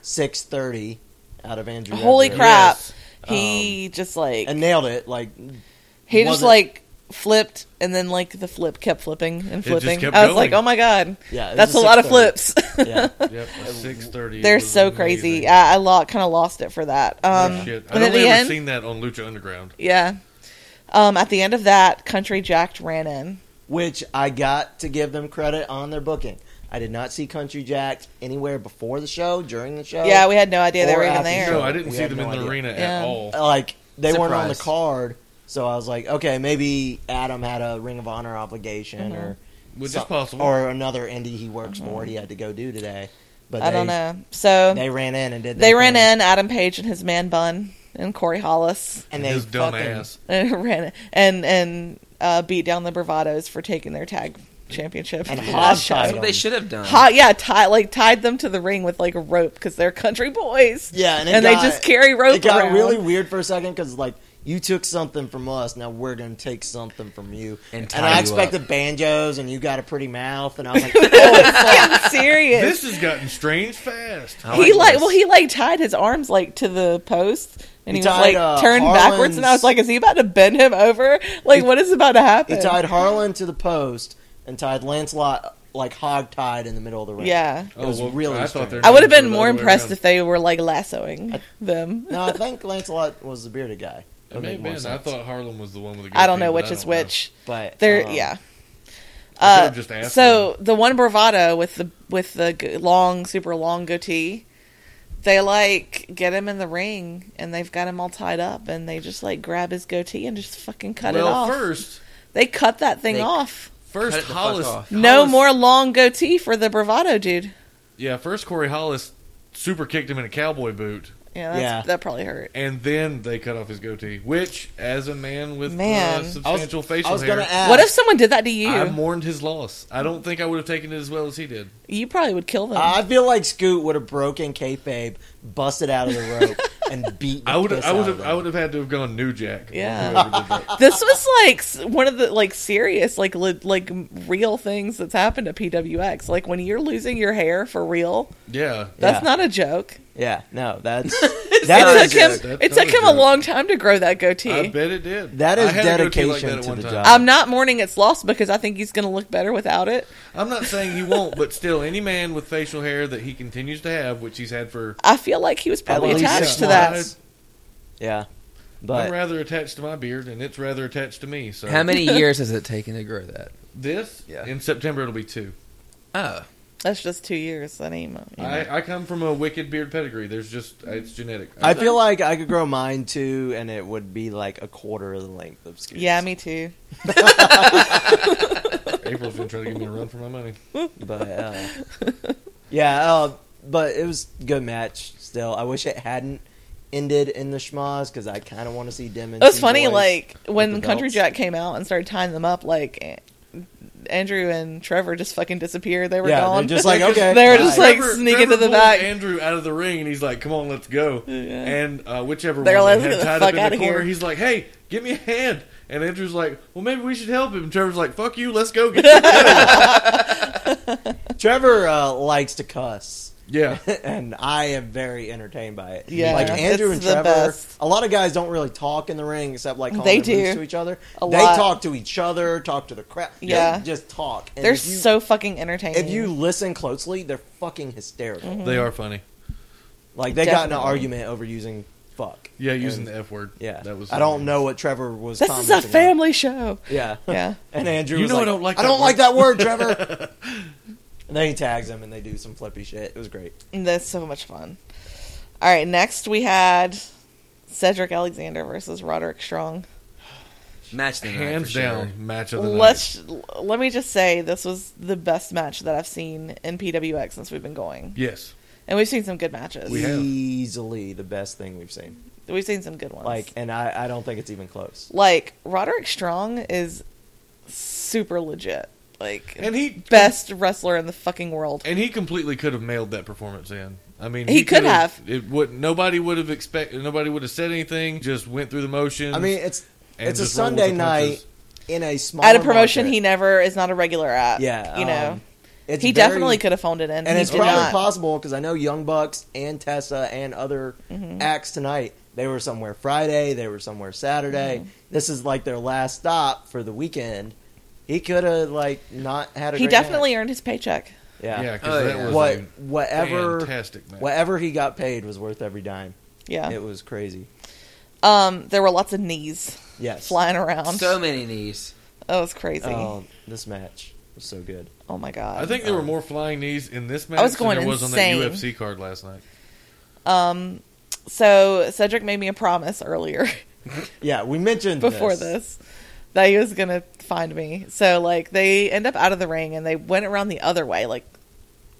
Speaker 3: 6:30 out of Andrew.
Speaker 1: Holy
Speaker 3: Everett.
Speaker 1: crap!
Speaker 2: Yes.
Speaker 1: He just like
Speaker 3: And nailed it. Like
Speaker 1: he just
Speaker 3: wasn't-
Speaker 1: like flipped, and then like the flip kept flipping and
Speaker 2: just
Speaker 1: flipping.
Speaker 2: kept
Speaker 1: I was
Speaker 2: going.
Speaker 1: like, oh my god,
Speaker 3: yeah, it was
Speaker 1: that's a lot of
Speaker 3: 6:30.
Speaker 1: flips.
Speaker 3: Yeah.
Speaker 2: Yep, six thirty.
Speaker 1: They're so crazy. I, I lo- kind of lost it for that. Um,
Speaker 2: Shit. I've
Speaker 1: And at
Speaker 2: only
Speaker 1: the
Speaker 2: ever
Speaker 1: end,
Speaker 2: seen that on Lucha Underground.
Speaker 1: yeah. Um, at the end of that, Country Jack ran in.
Speaker 3: which I got to give them credit on their booking. I did not see Country Jack anywhere before the show, during the show.
Speaker 1: yeah, we had no idea they
Speaker 3: or
Speaker 1: were even
Speaker 3: after
Speaker 1: there.
Speaker 3: show.
Speaker 2: No, I didn't
Speaker 3: We
Speaker 2: see
Speaker 3: had
Speaker 2: them
Speaker 3: no
Speaker 2: in the
Speaker 3: idea.
Speaker 2: arena at
Speaker 1: Yeah.
Speaker 2: all.
Speaker 3: like they weren't on the
Speaker 4: Surprise.
Speaker 3: card, so I was like, okay, maybe Adam had a Ring of Honor obligation
Speaker 1: Mm-hmm.
Speaker 3: or
Speaker 2: Which is
Speaker 3: some-
Speaker 2: possible.
Speaker 3: or another indie he works for he had to go do today. But
Speaker 1: I
Speaker 3: they,
Speaker 1: don't know. So
Speaker 3: They ran in and did.
Speaker 1: they
Speaker 3: their
Speaker 1: ran
Speaker 3: thing,
Speaker 1: in Adam Page and his man bun and Corey Hollis.
Speaker 3: and they
Speaker 2: his dumb
Speaker 3: fucking-
Speaker 2: ass.
Speaker 1: and ran and and uh, beat down the Bravados for taking their tag championship.
Speaker 3: And
Speaker 1: Last show.
Speaker 3: hog-tied
Speaker 4: That's what
Speaker 3: them.
Speaker 4: they should have done.
Speaker 1: Hot, yeah, tie, like tied them to the ring with like a rope because they're country boys.
Speaker 3: Yeah, and, it
Speaker 1: And they
Speaker 3: got-
Speaker 1: just carry rope
Speaker 3: It got
Speaker 1: around.
Speaker 3: really weird for a second because like you took something from us, now we're gonna take something from you.
Speaker 4: And
Speaker 3: And,
Speaker 4: tie you
Speaker 3: I
Speaker 4: up.
Speaker 3: expected banjos, and you got a pretty mouth, and I was like, oh,
Speaker 1: I'm serious.
Speaker 2: This has gotten strange fast.
Speaker 4: I
Speaker 1: he like
Speaker 4: this.
Speaker 1: well he like tied his arms like to the post and
Speaker 3: He
Speaker 1: he, was
Speaker 3: tied,
Speaker 1: like
Speaker 3: uh,
Speaker 1: turned backwards and I
Speaker 3: Harlan's-
Speaker 1: was like, is he about to bend him over? Like what is about to
Speaker 3: he
Speaker 1: happen?
Speaker 3: tied Harlan to the post and tied Lancelot like hog tied in the middle of the ring.
Speaker 1: yeah.
Speaker 2: Oh,
Speaker 3: was
Speaker 2: well,
Speaker 3: really
Speaker 2: I thought
Speaker 3: strange.
Speaker 2: their
Speaker 1: I would have
Speaker 2: names
Speaker 1: been
Speaker 2: were the
Speaker 1: more
Speaker 2: other way
Speaker 1: impressed
Speaker 2: around.
Speaker 1: if they were like lassoing them.
Speaker 3: No, I think Lancelot was the bearded guy. That
Speaker 2: It may
Speaker 3: made
Speaker 2: have
Speaker 3: more
Speaker 2: been. I
Speaker 3: sense.
Speaker 2: thought Harlem was the one with the.
Speaker 1: I don't
Speaker 2: guillotine,
Speaker 1: know
Speaker 2: but
Speaker 1: which
Speaker 2: I
Speaker 1: is
Speaker 2: don't know.
Speaker 1: which.
Speaker 3: but
Speaker 1: They're
Speaker 3: um,
Speaker 1: yeah.
Speaker 2: I
Speaker 1: Uh,
Speaker 2: could've just asked
Speaker 1: so the one bravado with the with the g- long, super long goatee, they like get him in the ring and they've got him all tied up and they just like grab his goatee and just fucking cut it
Speaker 2: well,
Speaker 1: off.
Speaker 2: first,
Speaker 1: they cut that thing
Speaker 4: They-
Speaker 1: off.
Speaker 2: first
Speaker 4: Cut it the fuck
Speaker 2: Hollis,
Speaker 4: off.
Speaker 1: No
Speaker 2: Hollis-
Speaker 1: more long goatee for the bravado dude.
Speaker 2: Yeah, first Corey Hollis super kicked him in a cowboy boot,
Speaker 1: Yeah, that's,
Speaker 3: Yeah.
Speaker 1: that probably hurt.
Speaker 2: and then they cut off his goatee. Which, as a man with
Speaker 1: Man.
Speaker 2: uh,
Speaker 3: I was,
Speaker 2: substantial facial
Speaker 3: I was
Speaker 2: hair,
Speaker 3: gonna ask.
Speaker 1: What if someone did that to you?
Speaker 2: I mourned his loss. I don't think I would have taken it as well as he did.
Speaker 1: you probably would kill them.
Speaker 3: I feel like Scoot would have broken kayfabe, busted out of the rope, and beat. The
Speaker 2: I would.
Speaker 3: piss
Speaker 2: I
Speaker 3: out
Speaker 2: would
Speaker 3: of
Speaker 2: have.
Speaker 3: them.
Speaker 2: I would have had to have gone New Jack. on
Speaker 1: Yeah.
Speaker 2: whoever did that.
Speaker 1: this was like s- one of the like serious like li- like real things that's happened to PWX. Like when you're losing your hair for real,
Speaker 2: yeah.
Speaker 1: that's
Speaker 3: Yeah.
Speaker 1: not a joke.
Speaker 3: Yeah, no, that's
Speaker 1: it
Speaker 3: that
Speaker 1: took
Speaker 3: is
Speaker 1: him.
Speaker 2: That-
Speaker 1: it
Speaker 2: that
Speaker 1: took
Speaker 2: was
Speaker 1: him a
Speaker 2: good.
Speaker 1: long time to grow that goatee.
Speaker 2: I bet it did.
Speaker 3: That is
Speaker 2: I had a goatee
Speaker 3: dedication
Speaker 2: at
Speaker 3: to
Speaker 2: one
Speaker 3: the
Speaker 2: time.
Speaker 3: job.
Speaker 1: I'm not mourning its loss because I think he's going to look better without it.
Speaker 2: I'm not saying he won't, but still, any man with facial hair that he continues to have, which he's had for,
Speaker 1: I feel like he was probably
Speaker 3: least
Speaker 1: attached
Speaker 2: six
Speaker 1: to
Speaker 2: months.
Speaker 1: that.
Speaker 3: yeah,
Speaker 2: I'm
Speaker 3: but
Speaker 2: rather attached to my beard, and it's rather attached to me. So
Speaker 4: How many years has it taken to grow that?
Speaker 2: This
Speaker 4: Yeah.
Speaker 2: in September it'll be two.
Speaker 4: Oh,
Speaker 1: That's just two years. That ain't. mu- you know.
Speaker 2: I, I come from a wicked beard pedigree. There's just it's genetic.
Speaker 3: I feel like I could grow mine too, and it would be like a quarter of the length of Scoot.
Speaker 1: yeah, me too.
Speaker 2: April's been trying to give me a run for my money.
Speaker 3: but uh, yeah, uh, but it was a good match. Still, I wish it hadn't ended in the schmoz because I kind of want to see Demon.
Speaker 1: It was funny, like when
Speaker 3: with the
Speaker 1: Country
Speaker 3: belts.
Speaker 1: Jack came out and started tying them up, like. eh, Andrew and Trevor just fucking disappeared. They were
Speaker 3: Yeah, they're
Speaker 1: gone.
Speaker 3: just like, okay,
Speaker 1: they were
Speaker 3: bye.
Speaker 1: just like
Speaker 2: Trevor-
Speaker 1: sneaking
Speaker 2: Trevor
Speaker 1: to the
Speaker 2: pulled
Speaker 1: back.
Speaker 2: Andrew out of the ring, and he's like, "Come on, let's go." And uh, whichever
Speaker 1: They're
Speaker 2: one
Speaker 1: like,
Speaker 2: they
Speaker 1: "Let's get the
Speaker 2: had tied
Speaker 1: fuck
Speaker 2: up in
Speaker 1: outta
Speaker 2: the corner,
Speaker 1: here."
Speaker 2: he's like, "Hey, give me a hand." And Andrew's like, "Well, maybe we should help him." And Trevor's like, "Fuck you, let's go." Get him."
Speaker 3: Trevor uh, likes to cuss.
Speaker 2: yeah,
Speaker 3: and I am very entertained by it.
Speaker 1: Yeah,
Speaker 3: like Andrew
Speaker 1: it's
Speaker 3: and
Speaker 1: the
Speaker 3: Trevor.
Speaker 1: best.
Speaker 3: A lot of guys don't really talk in the ring except like calling
Speaker 1: They
Speaker 3: their moves
Speaker 1: do.
Speaker 3: to each other.
Speaker 1: A
Speaker 3: they
Speaker 1: lot.
Speaker 3: talk to each other, talk to the crowd.
Speaker 1: Yeah.
Speaker 3: they just talk. And
Speaker 1: They're
Speaker 3: if you-
Speaker 1: so fucking entertaining.
Speaker 3: If you listen closely, they're fucking hysterical.
Speaker 2: they are funny.
Speaker 3: Like they got
Speaker 1: Mm-hmm.
Speaker 3: in an
Speaker 1: Definitely.
Speaker 3: argument over using fuck.
Speaker 2: Yeah, using
Speaker 3: And-
Speaker 2: the F word.
Speaker 3: yeah.
Speaker 2: That was.
Speaker 3: I don't know what Trevor was.
Speaker 1: This is a
Speaker 3: commenting on.
Speaker 1: family show.
Speaker 3: Yeah,
Speaker 1: Yeah.
Speaker 3: And Andrew,
Speaker 2: You
Speaker 3: was
Speaker 2: know I
Speaker 3: like,
Speaker 2: don't like
Speaker 3: I
Speaker 2: that
Speaker 3: don't
Speaker 2: word."
Speaker 3: like that word, Trevor. and then he tags him, and they do some flippy shit. It was great.
Speaker 1: That's so much fun. All right, next we had Cedric Alexander versus Roderick Strong.
Speaker 4: Match the night
Speaker 2: Hands
Speaker 4: for sure.
Speaker 2: down, match of the night.
Speaker 1: Let's let me just say this was the best match that I've seen in PWX since we've been going,
Speaker 2: Yes.
Speaker 1: and we've seen some good matches.
Speaker 2: We
Speaker 1: We
Speaker 2: have.
Speaker 3: Easily the best thing we've seen.
Speaker 1: have seen some good ones.
Speaker 3: Like, and I, I don't think it's even close.
Speaker 1: like Roderick Strong is super legit. Like,
Speaker 2: And he
Speaker 1: best wrestler in the fucking world.
Speaker 2: And he completely could have mailed that performance in. I mean,
Speaker 1: He could have.
Speaker 2: It would. Nobody would have expected. Nobody would have said anything. Just went through the motions.
Speaker 3: I mean, it's
Speaker 2: and
Speaker 3: it's a
Speaker 2: just roll with
Speaker 3: Sunday
Speaker 2: the punches.
Speaker 3: night in a small
Speaker 1: At a promotion, he never is not a regular at.
Speaker 3: yeah
Speaker 1: you know,
Speaker 3: um, it's
Speaker 1: he
Speaker 3: very-
Speaker 1: definitely could have phoned it in,
Speaker 3: and it's
Speaker 1: did
Speaker 3: probably
Speaker 1: not.
Speaker 3: possible because I know Young Bucks and Tessa and other
Speaker 1: Mm-hmm.
Speaker 3: acts tonight. They were somewhere Friday. They were somewhere Saturday.
Speaker 1: Mm-hmm.
Speaker 3: This is like their last stop for the weekend. He could have like not had a.
Speaker 1: He
Speaker 3: great match.
Speaker 1: definitely earned his paycheck.
Speaker 3: yeah.
Speaker 2: yeah,
Speaker 4: Oh,
Speaker 2: because that
Speaker 4: yeah.
Speaker 2: was
Speaker 3: What
Speaker 2: a
Speaker 3: whatever
Speaker 2: fantastic match.
Speaker 3: whatever he got paid was worth every dime.
Speaker 1: Yeah.
Speaker 3: It was crazy.
Speaker 1: Um, there were lots of knees
Speaker 3: Yes.
Speaker 1: flying around.
Speaker 4: So many knees.
Speaker 1: that was crazy.
Speaker 3: Oh, this match was so good.
Speaker 1: oh my god.
Speaker 2: I think there were more flying knees in this match
Speaker 1: was going
Speaker 2: than there was
Speaker 1: insane.
Speaker 2: on that UFC card last night.
Speaker 1: Um, so Cedric made me a promise earlier
Speaker 3: Yeah, we mentioned
Speaker 1: before
Speaker 3: this.
Speaker 1: this that he was gonna find me. So like they end up out of the ring and they went around the other way, like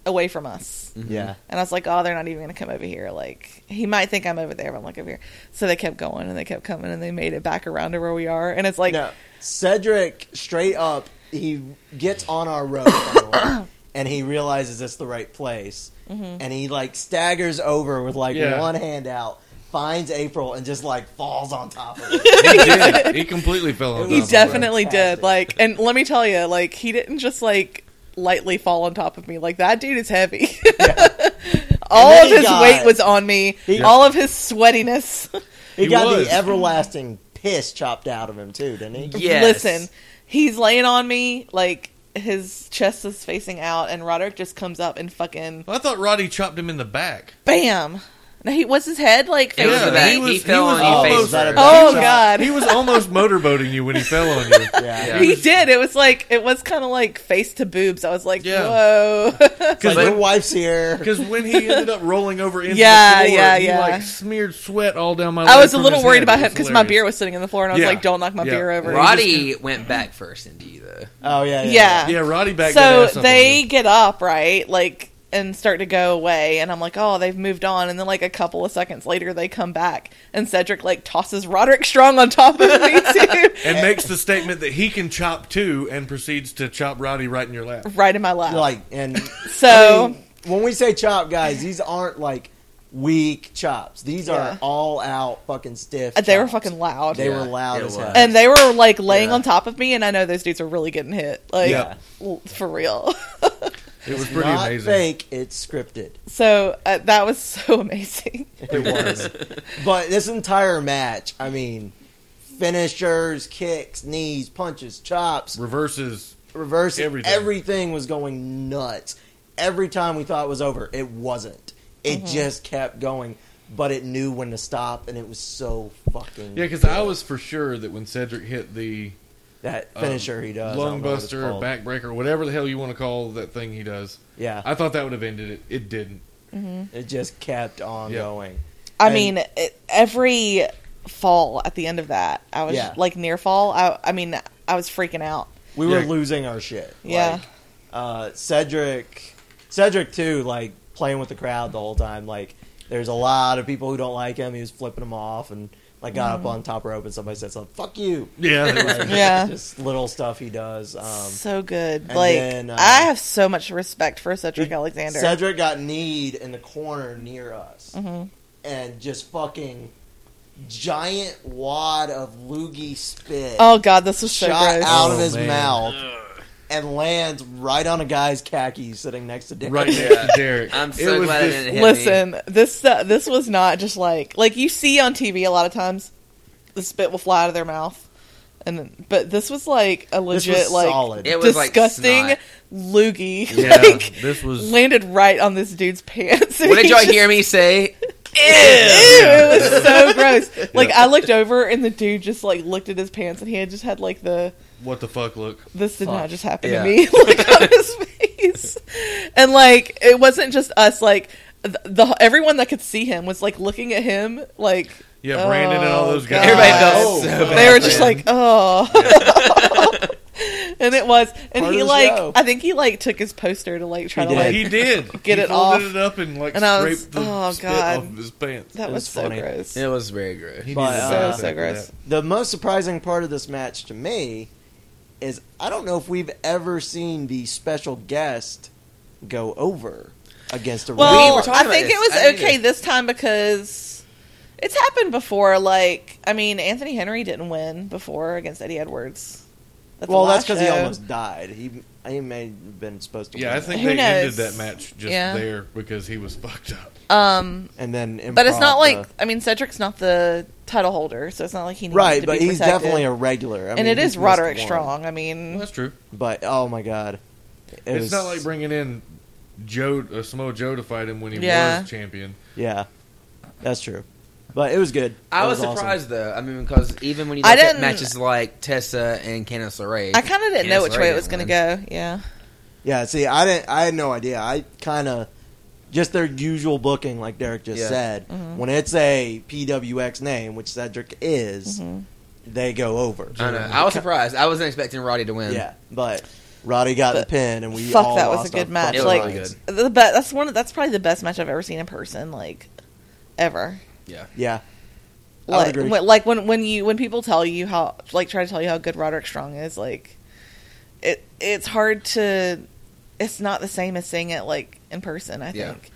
Speaker 1: away from us.
Speaker 3: Mm-hmm. Yeah.
Speaker 1: And I was like, oh, they're not even gonna come over here. Like he might think I'm over there, but I'm like over here. So they kept going and they kept coming and they made it back around to where we are. And it's like,
Speaker 3: no, Cedric straight up he gets on our rope by the way, and he realizes it's the right place,
Speaker 1: Mm-hmm.
Speaker 3: and he like staggers over with like
Speaker 2: Yeah.
Speaker 3: one hand out, finds April, and just like falls on top of her.
Speaker 2: He did. He completely fell on.
Speaker 3: He
Speaker 1: he
Speaker 2: top of that.
Speaker 1: definitely did.
Speaker 3: Fantastic.
Speaker 1: Like, and let me tell you, like he didn't just like lightly fall on top of me. Like that dude is heavy. All
Speaker 3: And then
Speaker 1: of
Speaker 3: he
Speaker 1: his
Speaker 3: got-
Speaker 1: weight was on me.
Speaker 3: He-
Speaker 1: All of his sweatiness.
Speaker 3: He,
Speaker 2: He
Speaker 3: got
Speaker 2: was.
Speaker 3: the everlasting piss chopped out of him too, didn't he?
Speaker 4: Yes.
Speaker 1: Listen, he's laying on me like his chest is facing out, and Roderick just comes up and fucking
Speaker 2: I thought Roddy chopped him in the back.
Speaker 1: bam. Now he was his head like
Speaker 4: It was
Speaker 2: Yeah,
Speaker 4: the
Speaker 1: facing me?
Speaker 4: back. He,
Speaker 2: he was- he
Speaker 4: fell
Speaker 2: was
Speaker 4: on your
Speaker 2: almost
Speaker 4: face.
Speaker 3: at
Speaker 4: first.
Speaker 3: a-
Speaker 1: Oh
Speaker 3: He was-
Speaker 1: god,
Speaker 2: He was almost motorboating you when he fell on you.
Speaker 3: Yeah.
Speaker 4: Yeah.
Speaker 1: he did. It was like it was kind of like face to boobs. I was like,
Speaker 2: Yeah.
Speaker 1: whoa.
Speaker 3: Because
Speaker 4: But-
Speaker 3: your wife's here.
Speaker 2: Because when he ended up rolling over into
Speaker 1: Yeah,
Speaker 2: the floor,
Speaker 1: yeah,
Speaker 2: he
Speaker 1: yeah.
Speaker 2: like smeared sweat all down my.
Speaker 1: I
Speaker 2: leg
Speaker 1: was a
Speaker 2: from
Speaker 1: little
Speaker 2: his
Speaker 1: worried
Speaker 2: head.
Speaker 1: about
Speaker 2: It
Speaker 1: him
Speaker 2: was
Speaker 1: because my
Speaker 2: hilarious.
Speaker 1: beer was sitting on the floor, and I was
Speaker 2: Yeah.
Speaker 1: like, "Don't knock my
Speaker 2: Yeah.
Speaker 1: beer over."
Speaker 4: Roddy went back first into you, though.
Speaker 3: oh yeah, yeah.
Speaker 1: Yeah.
Speaker 2: Yeah, Roddy backed that
Speaker 1: so
Speaker 2: ass up on
Speaker 1: they
Speaker 2: you.
Speaker 1: get up right, like, and start to go away, and I'm like, "Oh, they've moved on." And then like a couple of seconds later, they come back, and Cedric like tosses Roderick Strong on top of me too,
Speaker 2: and makes the statement that he can chop too, and proceeds to chop Roddy right in your lap.
Speaker 1: right in my lap.
Speaker 3: Like and
Speaker 1: So-
Speaker 3: I mean, when we say chop, guys, these aren't like weak chops. These
Speaker 1: Yeah.
Speaker 3: are all out fucking stiff.
Speaker 1: uh, they were
Speaker 3: chops.
Speaker 1: fucking loud,
Speaker 3: They were
Speaker 4: Yeah,
Speaker 3: loud
Speaker 4: it
Speaker 3: as hell.
Speaker 4: was.
Speaker 1: and they were like laying
Speaker 3: Yeah.
Speaker 1: on top of me, and I know those dudes are really getting hit, like
Speaker 3: Yeah.
Speaker 1: l- for real.
Speaker 2: It was pretty
Speaker 3: Not
Speaker 2: amazing.
Speaker 3: fake. It's scripted.
Speaker 1: so uh, that was so amazing.
Speaker 3: It was. but this entire match, I mean, finishers, kicks, knees, punches, chops,
Speaker 2: Reverses.
Speaker 3: reverse, everything.
Speaker 2: Everything.
Speaker 3: was going nuts. Every time we thought it was over, it wasn't. It
Speaker 1: Mm-hmm.
Speaker 3: just kept going, but it knew when to stop, and it was so fucking.
Speaker 2: Yeah, because
Speaker 3: good.
Speaker 2: I was for sure that when Cedric hit the
Speaker 3: that
Speaker 2: um,
Speaker 3: finisher he does, I don't
Speaker 2: lung
Speaker 3: know what it's
Speaker 2: buster or
Speaker 3: called.
Speaker 2: backbreaker, whatever the hell you want to call that thing he does.
Speaker 3: Yeah,
Speaker 2: I thought that would have ended it. It didn't.
Speaker 3: it just kept on
Speaker 2: Yeah.
Speaker 3: going.
Speaker 1: I
Speaker 3: And-
Speaker 1: mean, it, every fall at the end of that, I was
Speaker 3: Yeah.
Speaker 1: like near fall. I, I mean, I was freaking out.
Speaker 3: We were
Speaker 2: Yeah.
Speaker 3: losing our shit.
Speaker 1: Yeah.
Speaker 3: Like, uh, Cedric, Cedric too, like playing with the crowd the whole time. Like, there's a lot of people who don't like him. He was flipping them off and like got up on top rope and somebody said something, "Fuck you."
Speaker 2: Yeah.
Speaker 3: Like,
Speaker 1: Yeah.
Speaker 3: just little stuff he does. Um,
Speaker 1: so good.
Speaker 3: and
Speaker 1: Like
Speaker 3: then, uh,
Speaker 1: I have so much respect for Cedric Alexander.
Speaker 3: Cedric got kneed in the corner near us,
Speaker 1: Mm-hmm.
Speaker 3: and just fucking giant wad of loogie spit.
Speaker 1: oh god, this was so
Speaker 3: shot
Speaker 1: gross.
Speaker 3: out of
Speaker 2: Oh,
Speaker 3: his
Speaker 2: man.
Speaker 3: mouth and lands right on a guy's khaki sitting next to Dick.
Speaker 2: right next to Derek.
Speaker 4: I'm so
Speaker 2: was
Speaker 4: glad I
Speaker 2: just-
Speaker 4: didn't hit me.
Speaker 1: Listen, this stu- this was not just like like you see on TV a lot of times the spit will fly out of their mouth. And then, but this was like a
Speaker 3: This was
Speaker 1: legit like
Speaker 3: solid.
Speaker 4: It was like
Speaker 1: disgusting
Speaker 4: snot.
Speaker 1: loogie
Speaker 2: Yeah,
Speaker 1: like
Speaker 2: this was.
Speaker 1: landed right on this dude's pants. and
Speaker 4: What did
Speaker 1: he
Speaker 4: y'all
Speaker 1: just-
Speaker 4: hear me say?
Speaker 1: Ew, it was so gross. Like I looked over and the dude just like looked at his pants and he had just had like the
Speaker 2: What the fuck? Look,
Speaker 1: this did
Speaker 3: Fuck.
Speaker 1: not just happen
Speaker 4: Yeah.
Speaker 1: to me look on his face. And like it wasn't just us like the, the everyone that could see him was like looking at him like
Speaker 2: yeah, Brandon and all those
Speaker 1: Oh,
Speaker 2: guys.
Speaker 1: God. Everybody felt
Speaker 3: so
Speaker 4: bad
Speaker 1: they were
Speaker 4: for
Speaker 1: just
Speaker 4: him.
Speaker 1: like oh and it was and
Speaker 3: Part
Speaker 1: he
Speaker 3: of the
Speaker 1: like
Speaker 3: show.
Speaker 1: I think he like took his poster to like try
Speaker 3: He
Speaker 1: to
Speaker 3: did.
Speaker 1: like
Speaker 2: He did
Speaker 1: Get
Speaker 2: he
Speaker 1: it
Speaker 2: folded
Speaker 1: off.
Speaker 2: it up and like
Speaker 1: And I was-
Speaker 2: scraped the
Speaker 1: oh,
Speaker 2: spit
Speaker 1: God.
Speaker 2: off of his pants.
Speaker 1: that
Speaker 3: It
Speaker 1: was,
Speaker 3: was
Speaker 1: so
Speaker 3: funny.
Speaker 1: gross.
Speaker 4: It was very gross.
Speaker 2: He
Speaker 3: But,
Speaker 2: needed to
Speaker 3: uh,
Speaker 2: stop
Speaker 1: oh, so
Speaker 2: after
Speaker 1: gross.
Speaker 2: that.
Speaker 3: The most surprising part of this match to me is I don't know if we've ever seen the special guest go over against a
Speaker 1: Well,
Speaker 4: We were
Speaker 3: wrestler.
Speaker 4: talking
Speaker 1: I
Speaker 4: about
Speaker 1: think
Speaker 4: this.
Speaker 1: it was
Speaker 4: I think
Speaker 1: okay
Speaker 4: it-
Speaker 1: this time because it's happened before. Like, I mean, Anthony Henry didn't win before against Eddie Edwards. At the
Speaker 3: well, that's
Speaker 1: last
Speaker 3: because he
Speaker 1: show.
Speaker 3: almost died. He he may have been supposed to.
Speaker 2: Yeah,
Speaker 3: win
Speaker 2: I
Speaker 3: that.
Speaker 2: think
Speaker 1: Who
Speaker 2: they ended
Speaker 1: knows?
Speaker 2: that match just
Speaker 1: Yeah.
Speaker 2: there because he was fucked up.
Speaker 1: Um,
Speaker 3: And then,
Speaker 1: but it's not
Speaker 3: improv uh,
Speaker 1: like
Speaker 3: the-
Speaker 1: I mean, Cedric's not the title holder, so it's not like he needs
Speaker 3: right,
Speaker 1: To
Speaker 3: but
Speaker 1: be
Speaker 3: he's
Speaker 1: protected.
Speaker 3: definitely a regular. I mean,
Speaker 1: and it
Speaker 3: he's
Speaker 1: is
Speaker 3: missed
Speaker 1: Roderick
Speaker 3: one.
Speaker 1: Strong. I
Speaker 2: Well,
Speaker 1: mean,
Speaker 2: that's true.
Speaker 3: But oh my god, It
Speaker 2: it's
Speaker 3: was-
Speaker 2: not like bringing in Joe uh, Samoa Joe to fight him when he
Speaker 1: Yeah.
Speaker 2: was champion.
Speaker 3: yeah, that's true. But it was good.
Speaker 4: I
Speaker 3: It
Speaker 4: was,
Speaker 3: awesome.
Speaker 4: surprised though. I mean, because even when you
Speaker 1: I
Speaker 4: look at
Speaker 1: didn't-
Speaker 4: matches like Tessa and Candice LeRae,
Speaker 1: I kind of didn't know
Speaker 4: Candice
Speaker 1: which
Speaker 4: LeRae
Speaker 1: way it was going to
Speaker 4: didn't
Speaker 1: go. Yeah,
Speaker 3: Yeah, see, I didn't. I had no idea. I kind of just their usual booking, like Derek just
Speaker 4: Yeah.
Speaker 3: said.
Speaker 1: Mm-hmm.
Speaker 3: When it's a PWX name, which Cedric is,
Speaker 1: Mm-hmm.
Speaker 3: they go over.
Speaker 4: win. I know. I was surprised. I wasn't expecting Roddy to win.
Speaker 3: Yeah, but Roddy got the
Speaker 1: But
Speaker 3: pin, and we
Speaker 1: fuck,
Speaker 3: all
Speaker 1: that was a
Speaker 3: lost our
Speaker 1: good match.
Speaker 4: It was
Speaker 3: fucking
Speaker 1: Like
Speaker 4: really
Speaker 3: minds.
Speaker 4: good.
Speaker 1: the be- That's one. of- That's probably the best match I've ever seen in person. Like, ever.
Speaker 4: Yeah.
Speaker 3: yeah, I would
Speaker 1: like
Speaker 3: agree.
Speaker 1: when, like when when you when people tell you how like try to tell you how good Roderick Strong is like it it's hard to it's not the same as seeing it like in person I
Speaker 4: Yeah.
Speaker 1: think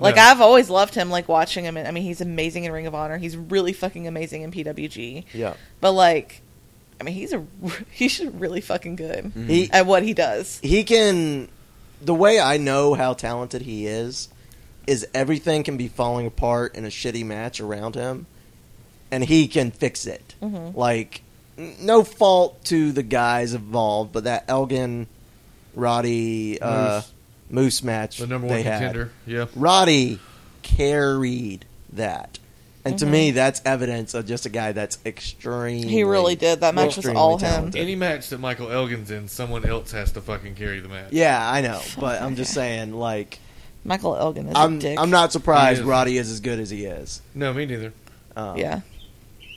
Speaker 1: like
Speaker 2: No.
Speaker 1: I've always loved him like watching him and I mean he's amazing in Ring of Honor he's really fucking amazing in PWG
Speaker 3: yeah.
Speaker 1: but like I mean he's a he's really fucking good
Speaker 3: He
Speaker 1: at what he does
Speaker 3: he can. The way I know how talented he is is everything can be falling apart in a shitty match around him, and he can fix it.
Speaker 1: Mm-hmm.
Speaker 3: Like n- no fault to the guys involved, but that Elgin Roddy uh, Moose match
Speaker 2: The number
Speaker 3: they
Speaker 2: one
Speaker 3: had,
Speaker 2: contender. Yeah.
Speaker 3: Roddy carried that. And to me, that's evidence of just a guy that's extremely.
Speaker 1: Mm-hmm. he really did that match was
Speaker 3: extremely
Speaker 1: all him
Speaker 3: talented.
Speaker 2: Any match that Michael Elgin's in, someone else has to fucking carry the match.
Speaker 3: Yeah, I know, but I'm just saying, like,
Speaker 1: Michael Elgin is a
Speaker 3: I'm
Speaker 1: dick
Speaker 3: I'm not surprised
Speaker 2: He is.
Speaker 3: Roddy is as good as he is.
Speaker 2: No, me neither.
Speaker 3: Um,
Speaker 1: yeah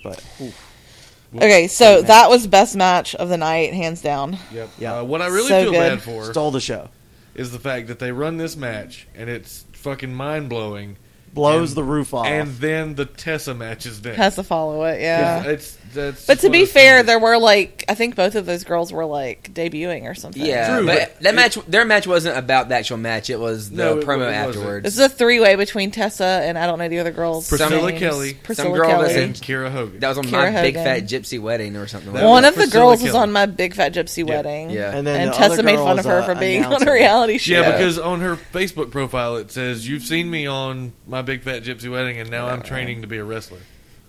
Speaker 3: but oof.
Speaker 1: okay so
Speaker 3: match.
Speaker 1: that was best match of the night hands down
Speaker 2: Yep.
Speaker 3: Yeah.
Speaker 2: Uh, what I really
Speaker 1: So
Speaker 2: feel
Speaker 1: good.
Speaker 2: bad for
Speaker 3: stole the show,
Speaker 2: is the fact that they run this match and it's fucking mind blowing,
Speaker 3: blows
Speaker 2: And-
Speaker 3: the roof off.
Speaker 2: and then the Tessa match is next.
Speaker 1: has to follow it yeah
Speaker 2: It's that's.
Speaker 1: But to
Speaker 2: one
Speaker 1: be
Speaker 2: of those
Speaker 1: fair,
Speaker 2: things
Speaker 1: there were like I think both of those girls were like debuting or something.
Speaker 4: Yeah,
Speaker 2: True,
Speaker 4: but
Speaker 2: but
Speaker 4: that
Speaker 2: it-
Speaker 4: match, their match wasn't about the actual match. It was the
Speaker 2: No, it-
Speaker 4: promo
Speaker 2: it wasn't.
Speaker 4: afterwards.
Speaker 1: This is a three way between Tessa and I don't know the other girls.
Speaker 2: Priscilla
Speaker 1: names.
Speaker 2: Kelly.
Speaker 1: Priscilla
Speaker 4: Some girl
Speaker 1: Kelly.
Speaker 4: that's
Speaker 2: and Kira Hogan.
Speaker 4: that was on my
Speaker 1: Kira
Speaker 4: big
Speaker 1: Hogan.
Speaker 4: fat gypsy wedding or something. Like
Speaker 2: That
Speaker 1: One
Speaker 2: was
Speaker 1: of the
Speaker 2: Priscilla
Speaker 1: girls was
Speaker 2: Kelly.
Speaker 1: on my Big Fat Gypsy wedding.
Speaker 4: Yeah.
Speaker 3: And
Speaker 1: And,
Speaker 3: then the
Speaker 1: Tessa
Speaker 3: other
Speaker 1: made
Speaker 3: girl
Speaker 1: fun
Speaker 3: was,
Speaker 1: of her
Speaker 3: uh,
Speaker 1: for being on
Speaker 3: announcing.
Speaker 1: a reality show.
Speaker 2: Yeah,
Speaker 4: Yeah.
Speaker 2: because on her Facebook profile it says, "You've seen me on my big fat gypsy wedding, and now I'm training to be a wrestler."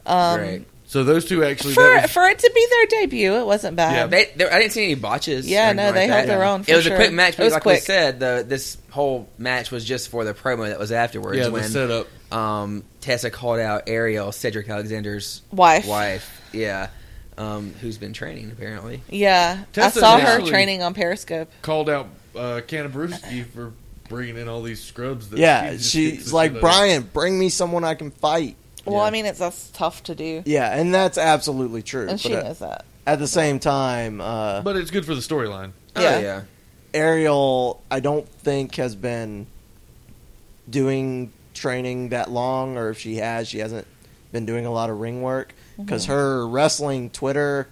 Speaker 4: that.
Speaker 1: um,
Speaker 4: Great.
Speaker 2: So those two actually.
Speaker 1: for
Speaker 2: that was-
Speaker 1: for it to be their debut, it wasn't
Speaker 2: Yeah,
Speaker 1: bad.
Speaker 4: They, they, I didn't see any botches.
Speaker 1: Yeah,
Speaker 4: or anything
Speaker 1: no,
Speaker 4: like
Speaker 1: they
Speaker 4: that.
Speaker 1: held their own, for
Speaker 4: it was
Speaker 1: sure.
Speaker 4: a quick match,
Speaker 1: It
Speaker 4: but
Speaker 1: was
Speaker 4: like we
Speaker 1: quick.
Speaker 4: said, the this whole match was just for the promo that was afterwards.
Speaker 2: yeah, the
Speaker 4: when
Speaker 2: setup.
Speaker 4: um, Tessa called out Ariel, Cedric Alexander's
Speaker 1: Wife.
Speaker 4: wife. Yeah, um, who's been training apparently.
Speaker 1: Yeah,
Speaker 2: Tessa
Speaker 1: I saw her
Speaker 2: actually-
Speaker 1: training on Periscope.
Speaker 2: called out uh, Cannabrewski for bringing in all these scrubs. That
Speaker 3: yeah,
Speaker 2: she just gets
Speaker 3: she's
Speaker 2: the
Speaker 3: like
Speaker 2: shit out of.
Speaker 3: Brian, bring me someone I can fight.
Speaker 1: Well,
Speaker 4: Yeah.
Speaker 1: I mean, it's that's tough to do,
Speaker 3: Yeah, and that's absolutely true.
Speaker 1: and she
Speaker 3: but, uh,
Speaker 1: knows that.
Speaker 3: at the same time, uh,
Speaker 2: But it's good for the storyline.
Speaker 1: Yeah.
Speaker 4: Oh, yeah.
Speaker 3: Ariel, I don't think has been doing training that long, or if she has, she hasn't been doing a lot of ring work
Speaker 1: Mm-hmm.
Speaker 3: because her wrestling Twitter,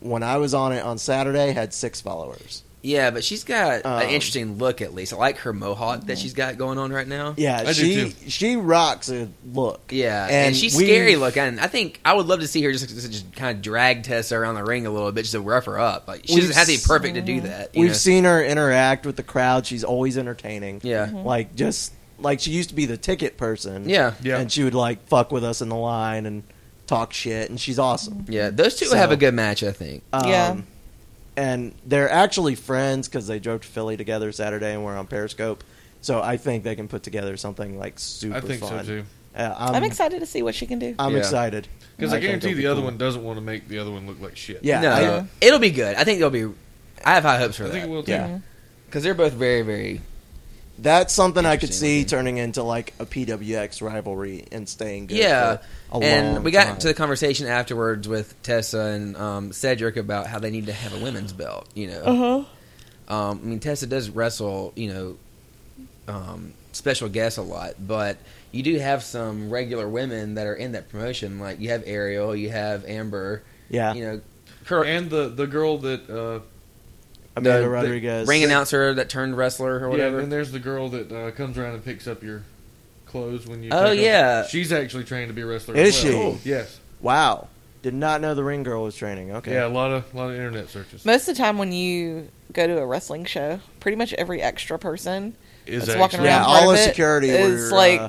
Speaker 3: when I was on it on Saturday, had six followers.
Speaker 4: Yeah, but she's got
Speaker 3: Um,
Speaker 4: an interesting look at least. I like her mohawk that she's got going on right now.
Speaker 3: Yeah,
Speaker 2: I do
Speaker 3: she
Speaker 2: too.
Speaker 3: she rocks a look.
Speaker 4: Yeah, and,
Speaker 3: And
Speaker 4: she's
Speaker 3: we-
Speaker 4: scary looking. I think I would love to see her just, just kind of drag Tessa around the ring a little bit just to rough her up. Like she
Speaker 3: We've
Speaker 4: doesn't have to be
Speaker 3: s-
Speaker 4: perfect to do that. you
Speaker 3: We've
Speaker 4: know?
Speaker 3: seen her interact with the crowd. She's always entertaining. Mm-hmm.
Speaker 4: Yeah. Mhm.
Speaker 3: like just like she used to be the ticket person.
Speaker 4: Yeah.
Speaker 2: Yeah.
Speaker 3: and she would like fuck with us in the line and talk shit, and she's awesome.
Speaker 4: Yeah, those two
Speaker 3: So-
Speaker 4: have a good match, I think.
Speaker 3: Um,
Speaker 1: Yeah.
Speaker 3: And they're actually friends because they drove to Philly together Saturday and we're on Periscope. So I think they can put together something like super
Speaker 2: I think
Speaker 3: fun.
Speaker 2: so too.
Speaker 3: Uh, I'm,
Speaker 1: I'm, excited to see what she can do.
Speaker 3: I'm
Speaker 4: Yeah.
Speaker 3: excited
Speaker 2: Because I
Speaker 3: think
Speaker 2: guarantee
Speaker 3: they'll be
Speaker 2: the other
Speaker 3: cool.
Speaker 2: one doesn't want to make the other one look like shit.
Speaker 3: Yeah,
Speaker 4: no,
Speaker 1: I-
Speaker 4: it'll be good. I think it'll be. I have high hopes for
Speaker 2: I think it
Speaker 4: that
Speaker 2: will too.
Speaker 3: Yeah.
Speaker 4: because they're both very, very.
Speaker 3: That's something I could
Speaker 4: Interesting
Speaker 3: see
Speaker 4: looking.
Speaker 3: turning into like a PWX rivalry and staying good.
Speaker 4: yeah,
Speaker 3: for a
Speaker 4: and
Speaker 3: long
Speaker 4: we got
Speaker 3: time.
Speaker 4: to the conversation afterwards with Tessa and um, Cedric about how they need to have a women's belt. You know,
Speaker 1: huh.
Speaker 4: Um, I mean, Tessa does wrestle, you know, um, special guests a lot, but you do have some regular women that are in that promotion. Like you have Ariel, you have Amber,
Speaker 3: yeah
Speaker 4: you know, her
Speaker 2: And the the girl that uh,
Speaker 3: Amanda
Speaker 4: the- the
Speaker 3: Rodriguez
Speaker 4: ring announcer that turned wrestler or
Speaker 2: yeah,
Speaker 4: whatever.
Speaker 2: and there's the girl that uh, comes around and picks up your clothes when you. take
Speaker 4: Oh,
Speaker 2: over.
Speaker 4: yeah.
Speaker 2: she's actually trained to be a wrestler.
Speaker 3: Is
Speaker 2: as well.
Speaker 3: she?
Speaker 2: Cool. Yes.
Speaker 3: Wow, did not know the ring girl was training. Okay,
Speaker 2: Yeah, a lot of lot of internet searches.
Speaker 1: Most of the time when you go to a wrestling show, pretty much every extra person
Speaker 2: Is
Speaker 1: that's walking
Speaker 2: actually-
Speaker 1: around,
Speaker 3: Yeah,
Speaker 1: part
Speaker 3: all
Speaker 1: of
Speaker 3: of
Speaker 1: it
Speaker 3: security
Speaker 1: is
Speaker 3: were,
Speaker 1: like
Speaker 3: uh,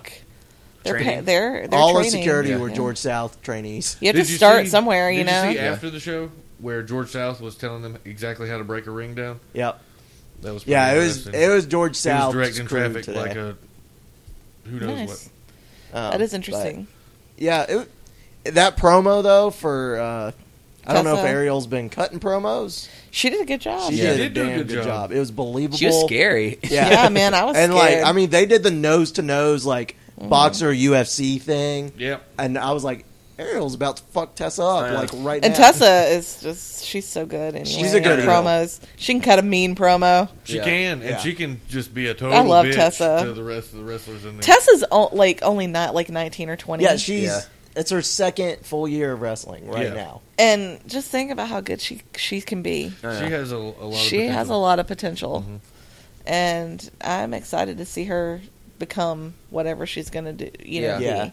Speaker 1: they're, pa-
Speaker 4: training.
Speaker 1: they're they're
Speaker 3: all
Speaker 1: training.
Speaker 3: of security
Speaker 4: Yeah.
Speaker 3: were
Speaker 1: Yeah.
Speaker 3: George South trainees.
Speaker 1: You have
Speaker 2: Did
Speaker 1: to
Speaker 2: you
Speaker 1: start
Speaker 2: see-
Speaker 1: somewhere, you
Speaker 2: did
Speaker 1: know.
Speaker 2: see
Speaker 4: Yeah.
Speaker 2: after the show where George South was telling them exactly how to break a ring down.
Speaker 3: Yep.
Speaker 2: That was
Speaker 3: Yeah,
Speaker 2: pretty
Speaker 3: it was
Speaker 2: interesting.
Speaker 3: it was
Speaker 2: He
Speaker 3: George
Speaker 2: was
Speaker 3: South
Speaker 2: directing traffic like a who knows
Speaker 1: Nice.
Speaker 2: what.
Speaker 1: that is interesting.
Speaker 3: Um, yeah, it, that promo though for uh, I don't know if
Speaker 1: Tessa. Oh.
Speaker 3: Ariel's been cutting promos.
Speaker 1: She did a good job.
Speaker 3: She
Speaker 2: Yeah.
Speaker 3: did,
Speaker 2: She did
Speaker 3: a
Speaker 2: do a
Speaker 3: damn
Speaker 2: good
Speaker 3: good, job.
Speaker 2: job.
Speaker 3: It was believable.
Speaker 4: she was scary.
Speaker 3: Yeah.
Speaker 1: Yeah, man, I was
Speaker 3: and
Speaker 1: scared.
Speaker 3: like I mean, they did the nose to nose like boxer UFC thing,
Speaker 2: Yep.
Speaker 3: and I was like, Ariel's about to fuck Tessa up
Speaker 2: Uh,
Speaker 4: I know.
Speaker 3: like right
Speaker 1: and
Speaker 3: now.
Speaker 1: Tessa is just she's so good. Anyway.
Speaker 3: She's a good
Speaker 1: Her
Speaker 3: girl.
Speaker 1: promos. She can cut a mean promo.
Speaker 2: She
Speaker 4: Yeah.
Speaker 2: can, and
Speaker 3: Yeah.
Speaker 2: she can just be a total
Speaker 1: I love
Speaker 2: bitch
Speaker 1: Tessa.
Speaker 2: to the rest of the wrestlers in there.
Speaker 1: Tessa's o- like only not like nineteen or twenty.
Speaker 3: yeah, she's
Speaker 4: Yeah.
Speaker 3: it's her second full year of wrestling right
Speaker 2: Yeah.
Speaker 3: now.
Speaker 1: and just think about how good she she can be.
Speaker 3: Oh,
Speaker 4: I know.
Speaker 2: She has a, a lot. Of
Speaker 1: she has a
Speaker 2: potential. Mm-hmm.
Speaker 1: lot of potential, and I'm excited to see her become whatever she's gonna do. You know,
Speaker 4: Yeah.
Speaker 3: Yeah.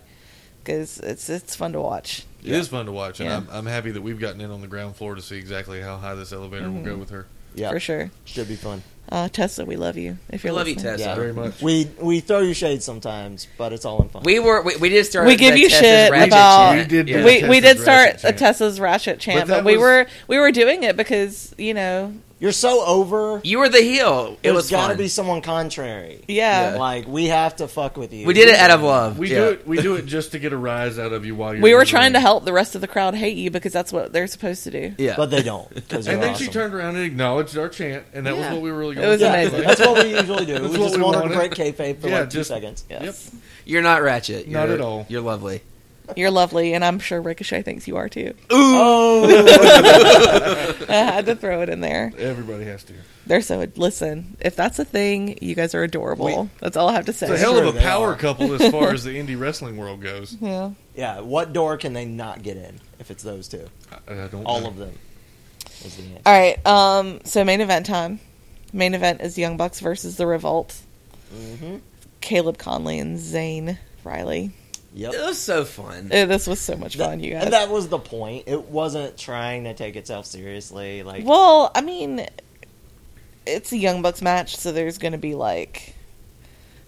Speaker 1: because it's it's fun to watch.
Speaker 2: It is fun to watch, and
Speaker 1: Yeah.
Speaker 2: I'm, I'm happy that we've gotten in on the ground floor to see exactly how high this elevator will
Speaker 1: Mm-hmm.
Speaker 2: go with her.
Speaker 3: Yeah,
Speaker 1: for sure.
Speaker 3: should be fun.
Speaker 1: Uh, Tessa, we love you. If
Speaker 4: We
Speaker 1: you're
Speaker 4: love you,
Speaker 1: listening.
Speaker 4: Tessa.
Speaker 3: Yeah.
Speaker 2: Very much.
Speaker 3: We we throw you shade sometimes, but it's all in fun.
Speaker 4: We were we, we did start.
Speaker 1: We give
Speaker 4: the
Speaker 1: you
Speaker 4: Tessa's
Speaker 1: shit
Speaker 4: ratchet
Speaker 1: about-
Speaker 4: chant.
Speaker 2: We did
Speaker 4: Yeah.
Speaker 2: do
Speaker 1: We, we did
Speaker 2: Tessa's ratchet
Speaker 1: start a
Speaker 2: chant.
Speaker 1: Tessa's ratchet chant, but,
Speaker 2: that
Speaker 1: we
Speaker 2: was-
Speaker 1: were we were doing it because you know
Speaker 3: You're so over.
Speaker 4: You were the heel. It
Speaker 3: There's
Speaker 4: was
Speaker 3: gotta
Speaker 4: fun.
Speaker 3: be someone contrary.
Speaker 1: yeah,
Speaker 3: Like we have to fuck with you.
Speaker 4: We did it out of uh, love.
Speaker 2: We
Speaker 4: Yeah.
Speaker 2: do it. We do it just to get a rise out of you while you're.
Speaker 1: we
Speaker 2: in
Speaker 1: were
Speaker 2: the
Speaker 1: trying
Speaker 2: ring.
Speaker 1: to help the rest of the crowd hate you because that's what they're supposed to do.
Speaker 4: Yeah,
Speaker 3: but they don't. Because
Speaker 2: And then she turned around and acknowledged our chant, and that
Speaker 1: Yeah.
Speaker 2: was what we were really
Speaker 1: It
Speaker 2: going.
Speaker 1: was
Speaker 2: for.
Speaker 3: Yeah,
Speaker 1: amazing.
Speaker 3: that's what we usually do.
Speaker 2: That's what
Speaker 3: we just
Speaker 2: we
Speaker 3: want her to
Speaker 2: wanted.
Speaker 3: break kayfabe for
Speaker 2: Yeah,
Speaker 3: like two
Speaker 2: just-
Speaker 3: seconds.
Speaker 1: Yes,
Speaker 4: you're not ratchet.
Speaker 2: Not
Speaker 4: You're-
Speaker 2: at all.
Speaker 4: You're lovely.
Speaker 1: you're lovely, and I'm sure Ricochet thinks you are too.
Speaker 3: Oh,
Speaker 1: I had to throw it in there.
Speaker 2: Everybody has to.
Speaker 1: They're so listen. If that's a thing, you guys are adorable. that's all I have to say.
Speaker 2: It's a hell
Speaker 3: true,
Speaker 2: of a
Speaker 3: they
Speaker 2: power
Speaker 3: are.
Speaker 2: couple as far as the indie wrestling world goes.
Speaker 1: yeah.
Speaker 3: yeah. What door can they not get in if it's those two?
Speaker 2: I, I don't
Speaker 3: All
Speaker 2: know.
Speaker 3: of them. Is the answer.
Speaker 1: All right. Um. So main event time. Main event is Young Bucks versus the Revolt.
Speaker 3: Mm-hmm.
Speaker 1: Caleb Conley and Zane Riley.
Speaker 3: Yep.
Speaker 4: It was so fun.
Speaker 1: Eh, This was so much fun,
Speaker 3: That-
Speaker 1: you guys.
Speaker 3: and that was the point. It wasn't trying to take itself seriously. Like,
Speaker 1: Well, I mean, it's a Young Bucks match, so there's going to be like,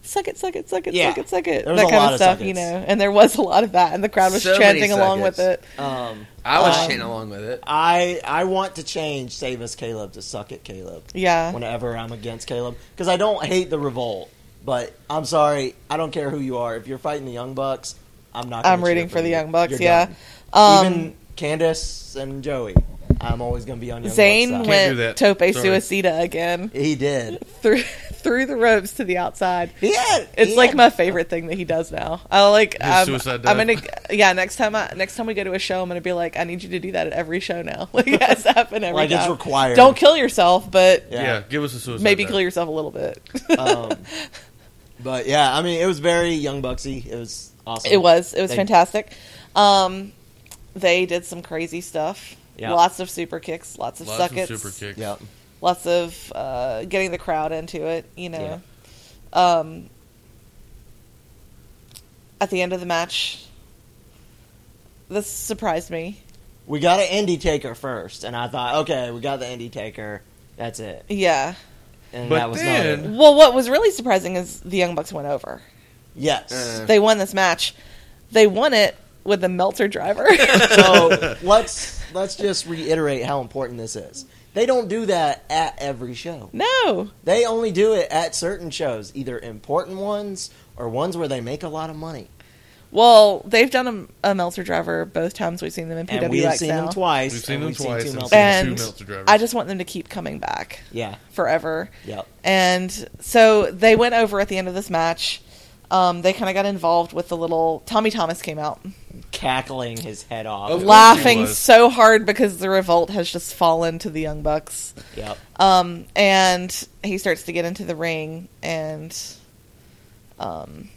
Speaker 1: suck it, suck it, suck it,
Speaker 3: Yeah.
Speaker 1: suck it, suck it,
Speaker 3: There
Speaker 1: that
Speaker 3: was a
Speaker 1: kind
Speaker 3: lot
Speaker 1: of
Speaker 3: of
Speaker 1: stuff,
Speaker 3: suck
Speaker 1: you
Speaker 3: its.
Speaker 1: know. And there was a lot of that, and the crowd was
Speaker 4: So many
Speaker 1: chanting along
Speaker 4: suck
Speaker 1: with
Speaker 4: its.
Speaker 1: it.
Speaker 3: um,
Speaker 4: I was
Speaker 3: um,
Speaker 4: chanting along with it.
Speaker 3: I I want to change "Save Us, Caleb" to "Suck It, Caleb."
Speaker 1: Yeah,
Speaker 3: Whenever I'm against Caleb, because I don't hate the revolt, but I'm sorry, I don't care who you are. If you're fighting the Young Bucks, I'm not. Gonna
Speaker 1: I'm rooting
Speaker 3: cheer
Speaker 1: for the
Speaker 3: you.
Speaker 1: Young Bucks.
Speaker 3: You're
Speaker 1: yeah,
Speaker 3: done.
Speaker 1: um,
Speaker 3: even Candace and Joey, I'm always going to be on Young
Speaker 1: Zane
Speaker 3: Bucks. side.
Speaker 2: Can't do
Speaker 1: went
Speaker 2: that.
Speaker 1: tope
Speaker 2: Sorry.
Speaker 1: suicida again
Speaker 3: He did.
Speaker 1: through through the ropes to the outside.
Speaker 3: He had.
Speaker 1: It's
Speaker 3: he
Speaker 1: like
Speaker 3: had-
Speaker 1: my favorite thing that he does now. I like. I'm,
Speaker 2: suicide
Speaker 1: I'm gonna.
Speaker 2: dive.
Speaker 1: Yeah, next time. I, next time we go to a show, I'm gonna be like, I need you to do that at every show now. Like that's happened every
Speaker 3: Like, it's
Speaker 1: time.
Speaker 3: required.
Speaker 1: Don't kill yourself, but
Speaker 2: Yeah.
Speaker 3: Yeah.
Speaker 2: give us a suicide.
Speaker 1: maybe
Speaker 2: dive.
Speaker 1: kill yourself a little bit.
Speaker 3: Um, but yeah, I mean, it was very Young Bucksy. It was awesome.
Speaker 1: it was. It was
Speaker 3: They-
Speaker 1: fantastic. Um, they did some crazy stuff.
Speaker 3: Yeah.
Speaker 1: Lots of super kicks. Lots of
Speaker 2: Lots
Speaker 1: suck
Speaker 2: of
Speaker 1: suckets.
Speaker 2: super kicks.
Speaker 3: Yeah.
Speaker 1: Lots of uh, getting the crowd into it. You know. Um, at the end of the match, this surprised me.
Speaker 3: We got an indie taker first, and I thought, okay, we got the indie taker. That's it.
Speaker 1: Yeah.
Speaker 3: And
Speaker 2: But
Speaker 3: that was not
Speaker 2: then-
Speaker 3: it.
Speaker 1: Well, what was really surprising is the Young Bucks went over.
Speaker 3: Yes.
Speaker 4: Uh.
Speaker 1: They won this match. They won it with the Melter driver.
Speaker 3: so let's let's just reiterate how important this is. They don't do that at every show.
Speaker 1: no.
Speaker 3: They only do it at certain shows, either important ones or ones where they make a lot of money.
Speaker 1: Well, they've done a, a Meltzer driver both times we've seen them in
Speaker 3: and we have
Speaker 1: PWX
Speaker 3: seen
Speaker 1: now.
Speaker 3: them twice.
Speaker 2: We've seen
Speaker 3: and
Speaker 2: them
Speaker 3: we've
Speaker 2: twice and
Speaker 3: Seen two
Speaker 2: seen
Speaker 3: Meltzer
Speaker 2: them
Speaker 1: and
Speaker 2: two Meltzer drivers.
Speaker 1: I just want them to keep coming back
Speaker 3: yeah,
Speaker 1: forever.
Speaker 3: yep.
Speaker 1: And so they went over at the end of this match. Um, they kind of got involved with the little Tommy Thomas came out
Speaker 3: Cackling his head
Speaker 2: Of
Speaker 3: off.
Speaker 2: course he
Speaker 1: laughing
Speaker 2: was.
Speaker 1: so hard because the revolt has just fallen to the Young Bucks.
Speaker 3: Yep.
Speaker 1: Um, and he starts to get into the ring and um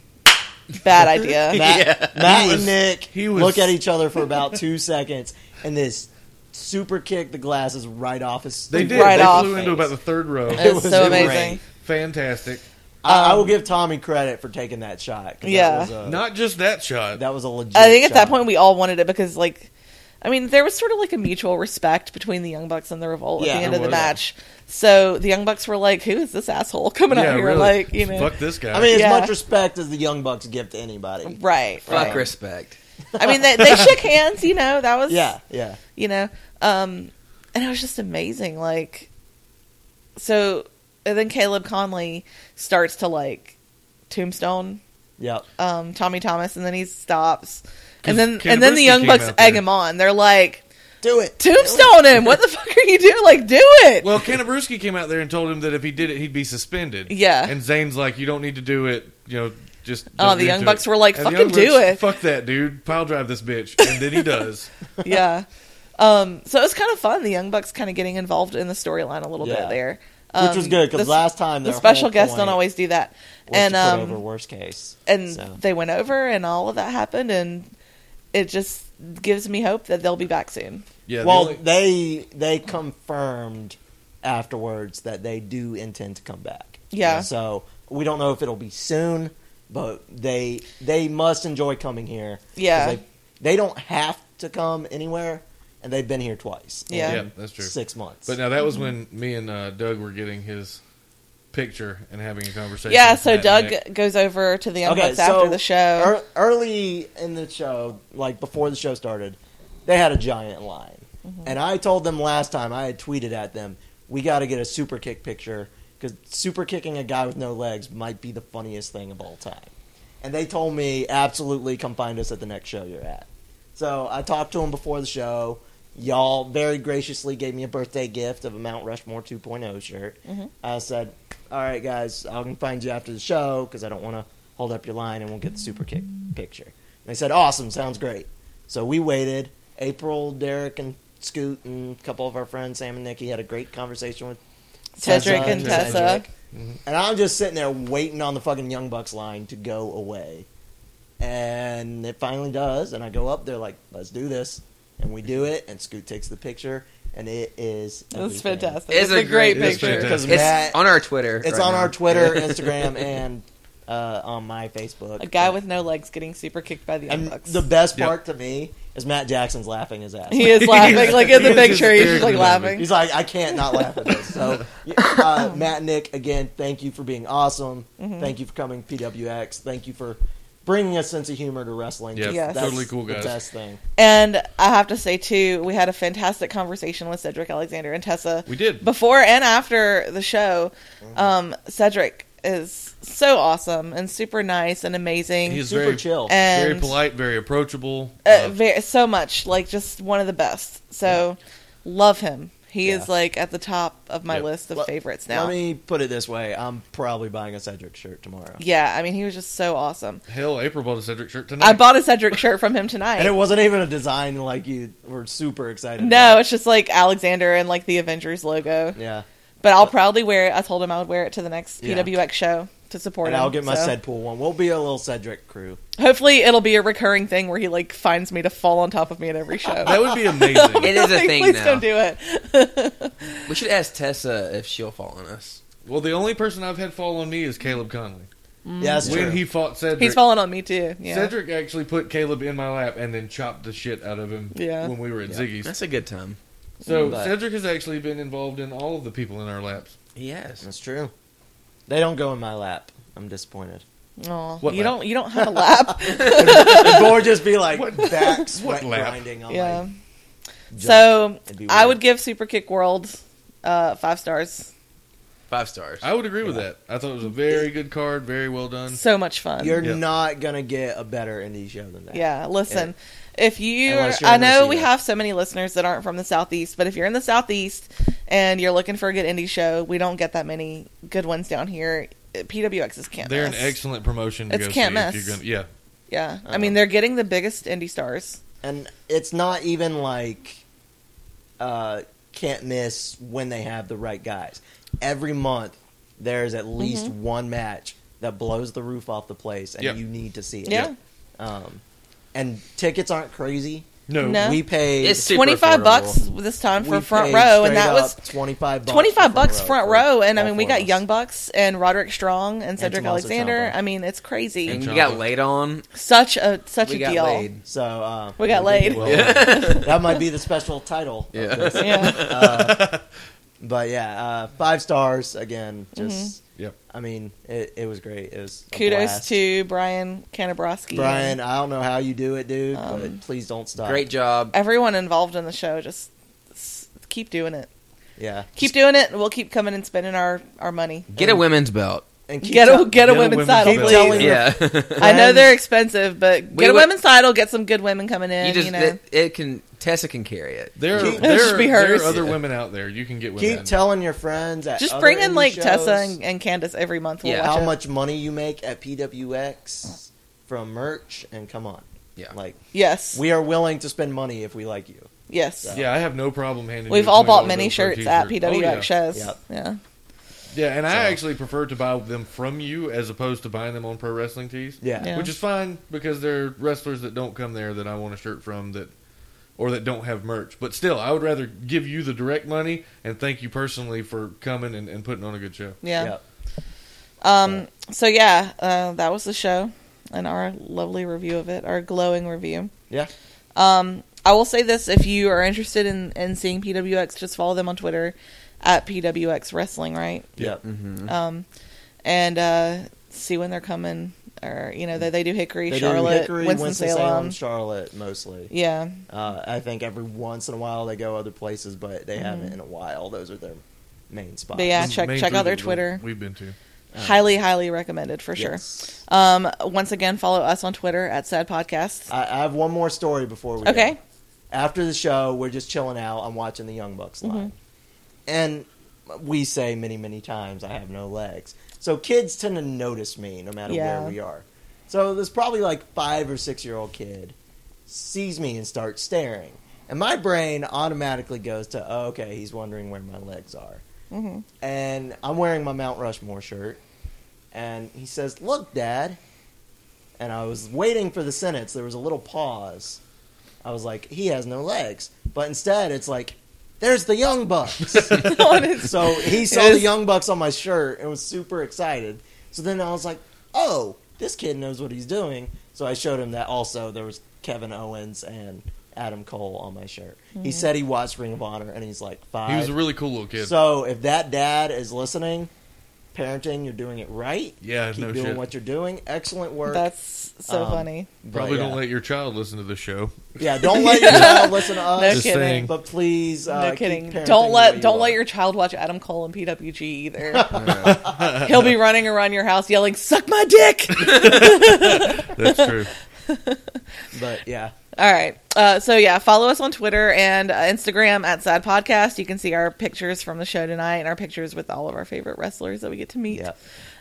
Speaker 1: bad idea.
Speaker 3: Matt, Matt
Speaker 2: He was-
Speaker 3: and Nick
Speaker 2: he was-
Speaker 3: look at each other for about two seconds, and this super kick the glasses right off his.
Speaker 2: They did.
Speaker 1: Right
Speaker 2: they
Speaker 1: off.
Speaker 2: flew into about the third row.
Speaker 1: It was
Speaker 3: was
Speaker 1: so
Speaker 3: great.
Speaker 1: amazing.
Speaker 2: Fantastic.
Speaker 3: I, I will give Tommy credit for taking that shot. 'cause
Speaker 1: Yeah.
Speaker 3: that was a,
Speaker 2: Not just that shot.
Speaker 3: that was a legit.
Speaker 1: I think at that
Speaker 3: shot.
Speaker 1: point we all wanted it because like I mean there was sort of like a mutual respect between the Young Bucks and the Revolt
Speaker 3: Yeah,
Speaker 1: at the end
Speaker 2: there
Speaker 1: of the
Speaker 2: was.
Speaker 1: match. So the Young Bucks were like, Who is this asshole coming out here? Like, you know
Speaker 2: fuck this guy.
Speaker 3: I mean, as
Speaker 1: Yeah.
Speaker 3: much respect as the Young Bucks give to anybody.
Speaker 1: Right.
Speaker 4: Fuck
Speaker 1: right.
Speaker 4: respect.
Speaker 1: I mean they, they shook hands, you know, that was
Speaker 3: Yeah, yeah.
Speaker 1: you know um and it was just amazing like so and then caleb conley starts to like tombstone
Speaker 3: Yep.
Speaker 1: um tommy thomas and then he stops
Speaker 2: 'Cause
Speaker 1: and then
Speaker 2: Ken
Speaker 1: and then the
Speaker 2: Brisky
Speaker 1: young
Speaker 2: came
Speaker 1: bucks
Speaker 2: out there.
Speaker 1: egg him on they're like
Speaker 3: Do it.
Speaker 1: tombstone him what the fuck are you doing like do it
Speaker 2: well, Kanabruski came out there and told him that if he did it, he'd be suspended.
Speaker 1: Yeah.
Speaker 2: And Zane's like, you don't need to do it. You know, just.
Speaker 1: Oh,
Speaker 2: don't
Speaker 1: the
Speaker 2: do
Speaker 1: Young
Speaker 2: it."
Speaker 1: Bucks were like,
Speaker 2: And the
Speaker 1: "Fucking
Speaker 2: Young
Speaker 1: do
Speaker 2: Bucks,
Speaker 1: it."
Speaker 2: Fuck that, dude. Pile drive this bitch. And then he does.
Speaker 1: yeah um so it was kind of fun the young bucks kind of getting involved in the storyline a little
Speaker 3: Yeah.
Speaker 1: bit there
Speaker 3: Which was
Speaker 1: Um,
Speaker 3: good because
Speaker 1: the-
Speaker 3: last time
Speaker 1: the
Speaker 3: their
Speaker 1: special
Speaker 3: whole
Speaker 1: guests
Speaker 3: point
Speaker 1: don't always do that
Speaker 3: was
Speaker 1: and
Speaker 3: to put
Speaker 1: um
Speaker 3: over worst case
Speaker 1: and
Speaker 3: So,
Speaker 1: they went over and all of that happened and it just gives me hope that they'll be back soon
Speaker 2: Yeah. the
Speaker 3: well,
Speaker 2: only-
Speaker 3: they they confirmed afterwards that they do intend to come back.
Speaker 1: Yeah.
Speaker 3: So we don't know if it'll be soon, but they they must enjoy coming here. 'cause
Speaker 1: Yeah.
Speaker 3: They, they don't have to come anywhere, and they've been here twice. in
Speaker 1: Yeah.
Speaker 2: Yeah, that's true.
Speaker 3: Six months.
Speaker 2: But now that was when me and uh, Doug were getting his picture and having a conversation.
Speaker 1: yeah
Speaker 2: with
Speaker 1: so
Speaker 2: Matt
Speaker 1: doug
Speaker 2: and Nick.
Speaker 1: goes over to the young bucks after the show
Speaker 3: ear- early in the show, like before the show started, they had a giant line,
Speaker 1: Mm-hmm.
Speaker 3: and I told them last time I had tweeted at them, we got to get a super kick picture because super kicking a guy with no legs might be the funniest thing of all time. And they told me absolutely come find us at the next show you're at. So I talked to them before the show. Y'all very graciously gave me a birthday gift of a Mount Rushmore 2.0 shirt.
Speaker 1: Mm-hmm.
Speaker 3: I said, "All right, guys, I can find you after the show because I don't want to hold up your line and we'll get the super kick picture." And they said, "Awesome, sounds great." So we waited. April, Derek, and Scoot, and a couple of our friends, Sam and Nikki, had a great conversation with
Speaker 1: cedric
Speaker 3: Tessa
Speaker 1: and tessa
Speaker 3: Cedric. And I'm just sitting there waiting on the fucking Young Bucks line to go away. And it finally does. And I go up there, like, let's do this. And we do it. And Scoot takes the picture. And it is.
Speaker 1: that's
Speaker 3: everything.
Speaker 1: fantastic
Speaker 4: It's
Speaker 1: it's a
Speaker 4: a
Speaker 1: great
Speaker 4: great-
Speaker 2: it's
Speaker 1: picture
Speaker 2: fantastic.
Speaker 3: Because
Speaker 4: It's
Speaker 3: Matt-
Speaker 4: on our Twitter.
Speaker 3: It's
Speaker 4: right
Speaker 3: on
Speaker 4: now.
Speaker 3: our Twitter, Instagram, and uh, on my Facebook.
Speaker 1: a guy with no legs getting super kicked by the young
Speaker 3: And
Speaker 1: bucks
Speaker 3: the best
Speaker 2: Yep.
Speaker 3: part to me is Matt Jackson's laughing his ass.
Speaker 1: he is laughing like in the
Speaker 2: He's just
Speaker 1: picture he's just like
Speaker 2: hysterically laughing.
Speaker 1: laughing
Speaker 3: He's like, I can't not laugh at this. So, uh, Matt, Nick, again, thank you for being awesome.
Speaker 1: Mm-hmm.
Speaker 3: Thank you for coming, PWX. Thank you for bringing a sense of humor to wrestling.
Speaker 2: Yeah,
Speaker 1: Yes.
Speaker 2: totally cool, guys.
Speaker 3: The best thing.
Speaker 1: and i have to say too we had a fantastic conversation with cedric alexander and tessa
Speaker 2: we did.
Speaker 1: before and after the show um cedric is so awesome and super nice and amazing Uh,
Speaker 2: He's
Speaker 3: Super
Speaker 2: very
Speaker 3: chill.
Speaker 1: and
Speaker 2: very polite, very approachable.
Speaker 1: uh, very, so much like just one of the best so love him he
Speaker 3: Yeah.
Speaker 1: is like at the top of my
Speaker 2: Yep.
Speaker 1: list of
Speaker 3: Let-
Speaker 1: favorites now
Speaker 3: Let me put it this way: I'm probably buying a Cedric shirt tomorrow,
Speaker 1: yeah i mean he was just so awesome
Speaker 2: Hell, April bought a Cedric shirt tonight.
Speaker 1: i bought a cedric shirt from him tonight
Speaker 3: and it wasn't even a design like you were super excited.
Speaker 1: no
Speaker 3: about.
Speaker 1: it's just like alexander and like the avengers logo
Speaker 3: yeah,
Speaker 1: but i'll proudly wear it i told him i would wear it to the next
Speaker 3: Yeah.
Speaker 1: pwx show to support
Speaker 3: and
Speaker 1: him
Speaker 3: I'll get my
Speaker 1: so.
Speaker 3: Sedpool one. We'll be a little Cedric crew.
Speaker 1: hopefully it'll be a recurring thing where he like finds me to fall on top of me at every show
Speaker 2: that would be amazing.
Speaker 4: It is a
Speaker 1: Like,
Speaker 4: thing
Speaker 1: please
Speaker 4: now.
Speaker 1: don't do it
Speaker 4: We should ask Tessa if she'll fall on us.
Speaker 2: well, the only person I've had fall on me is Caleb Conley.
Speaker 1: Mm-hmm.
Speaker 3: Yeah, that's
Speaker 2: when
Speaker 3: true.
Speaker 2: he fought Cedric,
Speaker 1: he's falling on me too yeah
Speaker 2: Cedric actually put Caleb in my lap and then chopped the shit out of him
Speaker 1: Yeah.
Speaker 2: when we were at Ziggy's.
Speaker 4: That's a good time.
Speaker 2: So
Speaker 3: But-
Speaker 2: Cedric has actually been involved in all of the people in our laps.
Speaker 4: Yes.
Speaker 3: that's true. They don't go in my lap. I'm disappointed.
Speaker 1: Aw,
Speaker 2: What
Speaker 1: you
Speaker 2: lap?
Speaker 1: don't you don't have a lap
Speaker 3: Or just be like
Speaker 2: What-
Speaker 3: back sweat
Speaker 2: lap?
Speaker 3: grinding on
Speaker 1: yeah
Speaker 3: my
Speaker 1: So
Speaker 3: It'd be
Speaker 1: I
Speaker 3: weird.
Speaker 1: would give Super Kick World uh, five stars.
Speaker 4: Five stars.
Speaker 2: I would agree with that. I thought it was a very good card, very well done.
Speaker 1: So much fun.
Speaker 3: You're
Speaker 2: Yeah.
Speaker 3: not gonna get a better indie show than that.
Speaker 1: um, Yeah, listen. If you,
Speaker 3: Unless you're
Speaker 1: I
Speaker 3: in the
Speaker 1: know we
Speaker 3: CF.
Speaker 1: have so many listeners that aren't from the southeast, but if you're in the southeast and you're looking for a good indie show, we don't get that many good ones down here. PWX is can't.
Speaker 2: They're an
Speaker 1: miss.
Speaker 2: excellent promotion to
Speaker 1: It's
Speaker 2: go
Speaker 1: can't
Speaker 2: see if
Speaker 1: miss.
Speaker 2: you're gonna- yeah.
Speaker 1: Yeah,
Speaker 3: Uh-huh.
Speaker 1: I mean they're getting the biggest indie stars.
Speaker 3: and it's not even like uh, can't miss when they have the right guys. Every month, there's at
Speaker 1: Mm-hmm.
Speaker 3: least one match that blows the roof off the place, and
Speaker 2: Yep.
Speaker 3: you need to see it.
Speaker 1: Yeah.
Speaker 3: Um, and tickets aren't crazy.
Speaker 2: No.
Speaker 1: No.
Speaker 3: We paid
Speaker 4: It's super
Speaker 1: Twenty five
Speaker 4: affordable.
Speaker 1: bucks this time for
Speaker 3: we
Speaker 1: front
Speaker 3: paid
Speaker 1: row, and
Speaker 3: straight
Speaker 1: that was
Speaker 3: up 25 bucks
Speaker 1: twenty five
Speaker 3: for
Speaker 1: bucks front
Speaker 3: for
Speaker 1: row. And I
Speaker 3: all
Speaker 1: mean we
Speaker 3: four of
Speaker 1: got
Speaker 3: us.
Speaker 1: Young Bucks and Roderick Strong and Cedric
Speaker 3: Tommaso
Speaker 1: Alexander.
Speaker 3: Ciampa.
Speaker 1: I mean it's crazy.
Speaker 4: and
Speaker 2: Good
Speaker 4: you
Speaker 2: job.
Speaker 4: got laid on.
Speaker 1: Such a such
Speaker 4: we
Speaker 1: a
Speaker 4: got
Speaker 1: deal.
Speaker 4: laid.
Speaker 3: So uh,
Speaker 1: We got laid.
Speaker 2: Well,
Speaker 3: That might be the special title.
Speaker 4: Yeah.
Speaker 3: Of this.
Speaker 1: Yeah,
Speaker 3: But yeah, uh, five stars again. Just
Speaker 2: Yep.
Speaker 3: I mean, it, it was great. It was a
Speaker 1: Mm-hmm. kudos
Speaker 3: blast.
Speaker 1: to Brian Canabrowski.
Speaker 3: Brian. I don't know how you do it, dude,
Speaker 1: Um,
Speaker 3: but please don't stop.
Speaker 4: Great job.
Speaker 1: everyone involved in the show just s- keep doing it
Speaker 3: yeah,
Speaker 1: keep doing it and we'll keep coming and spending our our money
Speaker 4: Get a women's belt.
Speaker 3: and keep
Speaker 1: get
Speaker 3: tell-
Speaker 1: a get a
Speaker 2: Get a
Speaker 1: women's
Speaker 2: women's
Speaker 1: title
Speaker 3: keep
Speaker 2: belt.
Speaker 1: please
Speaker 3: telling your
Speaker 4: Yeah.
Speaker 1: i know they're expensive but
Speaker 4: We
Speaker 1: get a
Speaker 4: would-
Speaker 1: women's title get some good women coming in
Speaker 4: you
Speaker 1: you,
Speaker 4: just
Speaker 1: know
Speaker 4: it, it can Tessa can carry it.
Speaker 2: There, are,
Speaker 3: Keep-
Speaker 1: Just
Speaker 2: there, are,
Speaker 1: be
Speaker 2: there
Speaker 1: hers.
Speaker 2: are other
Speaker 4: Yeah.
Speaker 2: women out there. You can get women.
Speaker 3: keep telling your friends. At
Speaker 1: just
Speaker 3: other
Speaker 1: bring in
Speaker 3: indie
Speaker 1: like tessa
Speaker 3: shows
Speaker 1: and, and candace every month we'll
Speaker 4: Yeah.
Speaker 1: watch
Speaker 3: how
Speaker 1: it.
Speaker 3: much money you make at PWX from merch, and come on,
Speaker 4: Yeah.
Speaker 3: like
Speaker 1: yes
Speaker 3: we are willing to spend money if we like you.
Speaker 1: yes
Speaker 2: yeah, I have no problem handing.
Speaker 1: We've
Speaker 2: you a
Speaker 1: all bought
Speaker 2: $20
Speaker 1: mini
Speaker 2: bill for a
Speaker 1: shirts at
Speaker 2: t-shirt. Oh,
Speaker 1: PWX
Speaker 2: yeah.
Speaker 1: shows.
Speaker 3: Yep.
Speaker 1: Yeah.
Speaker 2: Yeah, and I
Speaker 3: So-
Speaker 2: actually prefer to buy them from you as opposed to buying them on pro wrestling tees.
Speaker 3: Yeah.
Speaker 1: Yeah.
Speaker 2: Which is fine because there are wrestlers that don't come there that I want a shirt from that or that don't have merch. But still, I would rather give you the direct money and thank you personally for coming and, and putting on a good show.
Speaker 1: Yeah.
Speaker 3: Yep.
Speaker 1: Um. So yeah, uh, that was the show and our lovely review of it, our glowing review.
Speaker 3: Yeah.
Speaker 1: Um, I will say this: if you are interested in in seeing PWX, just follow them on Twitter at PWX Wrestling, right?
Speaker 3: Yep.
Speaker 1: Um, and uh, see when they're coming, or you know they they do Hickory,
Speaker 3: They do
Speaker 1: Charlotte,
Speaker 3: Hickory,
Speaker 1: Winston, Salem.
Speaker 3: Charlotte mostly.
Speaker 1: yeah,
Speaker 3: Uh, I think every once in a while they go other places, but
Speaker 1: Mm-hmm.
Speaker 3: they haven't in a while. Those are their main spots.
Speaker 1: But yeah,
Speaker 2: This is
Speaker 1: check-
Speaker 2: main
Speaker 1: check out
Speaker 2: three
Speaker 1: their
Speaker 2: that
Speaker 1: Twitter.
Speaker 2: We've been to.
Speaker 1: highly highly recommended for
Speaker 3: Oh. Yes.
Speaker 1: sure. Um, once again, follow us on Twitter at Sad Podcast.
Speaker 3: I, I have one more story before we. go.
Speaker 1: Okay.
Speaker 3: After the show, we're just chilling out. I'm watching the Young Bucks live,
Speaker 1: Mm-hmm.
Speaker 3: and we say many, many times, "I have no legs." So kids tend to notice me no matter
Speaker 1: Yeah.
Speaker 3: where we are. So there's probably like five or six year old kid sees me and starts staring, and my brain automatically goes to, oh, "Okay, he's wondering where my legs are."
Speaker 1: Mhm.
Speaker 3: And I'm wearing my Mount Rushmore shirt, and he says, "Look, Dad." and I was waiting for the sentence. There was a little pause. I was like, he has no legs. But instead, it's like, there's the Young Bucks. so he saw
Speaker 1: It
Speaker 3: the
Speaker 1: is-
Speaker 3: Young Bucks on my shirt and was super excited. So then I was like, oh, this kid knows what he's doing. So I showed him that also there was Kevin Owens and Adam Cole on my shirt.
Speaker 1: Mm-hmm.
Speaker 3: He said he watched Ring of Honor and he's like five.
Speaker 2: He was a really cool little kid.
Speaker 3: So if that dad is listening, parenting, you're doing it right.
Speaker 2: Yeah,
Speaker 3: Keep
Speaker 2: no
Speaker 3: doing
Speaker 2: shit.
Speaker 3: what you're doing. Excellent work.
Speaker 1: That's so
Speaker 3: Um,
Speaker 1: funny.
Speaker 3: But
Speaker 2: Probably
Speaker 3: yeah.
Speaker 2: don't let your child listen to this show.
Speaker 3: Yeah, don't let your child listen to us.
Speaker 1: No
Speaker 2: Just
Speaker 1: kidding.
Speaker 2: saying.
Speaker 3: But please, uh,
Speaker 1: No
Speaker 3: keep
Speaker 1: kidding.
Speaker 3: parenting
Speaker 1: Don't
Speaker 3: the way
Speaker 1: let
Speaker 3: you
Speaker 1: don't
Speaker 3: are.
Speaker 1: let your child watch Adam Cole and PWG either. He'll be running around your house yelling, "Suck my dick!"
Speaker 2: That's true.
Speaker 3: But yeah,
Speaker 1: All right. Uh, so yeah, follow us on Twitter and uh, Instagram at Sad Podcast. You can see our pictures from the show tonight and our pictures with all of our favorite wrestlers that we get to meet.
Speaker 3: yeah.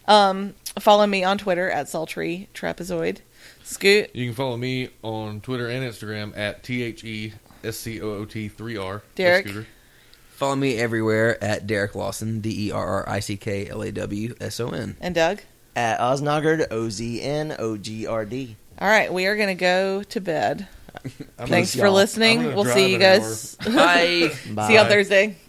Speaker 1: Um, follow me on Twitter at Sultry Trapezoid. Scoot.
Speaker 2: You can follow me on Twitter and Instagram at T H E S C O O T 3 R.
Speaker 1: Derek?
Speaker 4: Follow me everywhere at Derek Lawson, D E R R I C K L A W S O N.
Speaker 1: And Doug.
Speaker 3: At Osnogard, O Z N O G R D.
Speaker 1: All right, we are going to go to bed. Thanks for
Speaker 3: y'all.
Speaker 1: listening.
Speaker 2: I'm gonna
Speaker 1: We'll
Speaker 2: drive
Speaker 1: see you
Speaker 2: an
Speaker 1: guys.
Speaker 4: Bye.
Speaker 1: see you on
Speaker 2: Bye.
Speaker 1: Thursday.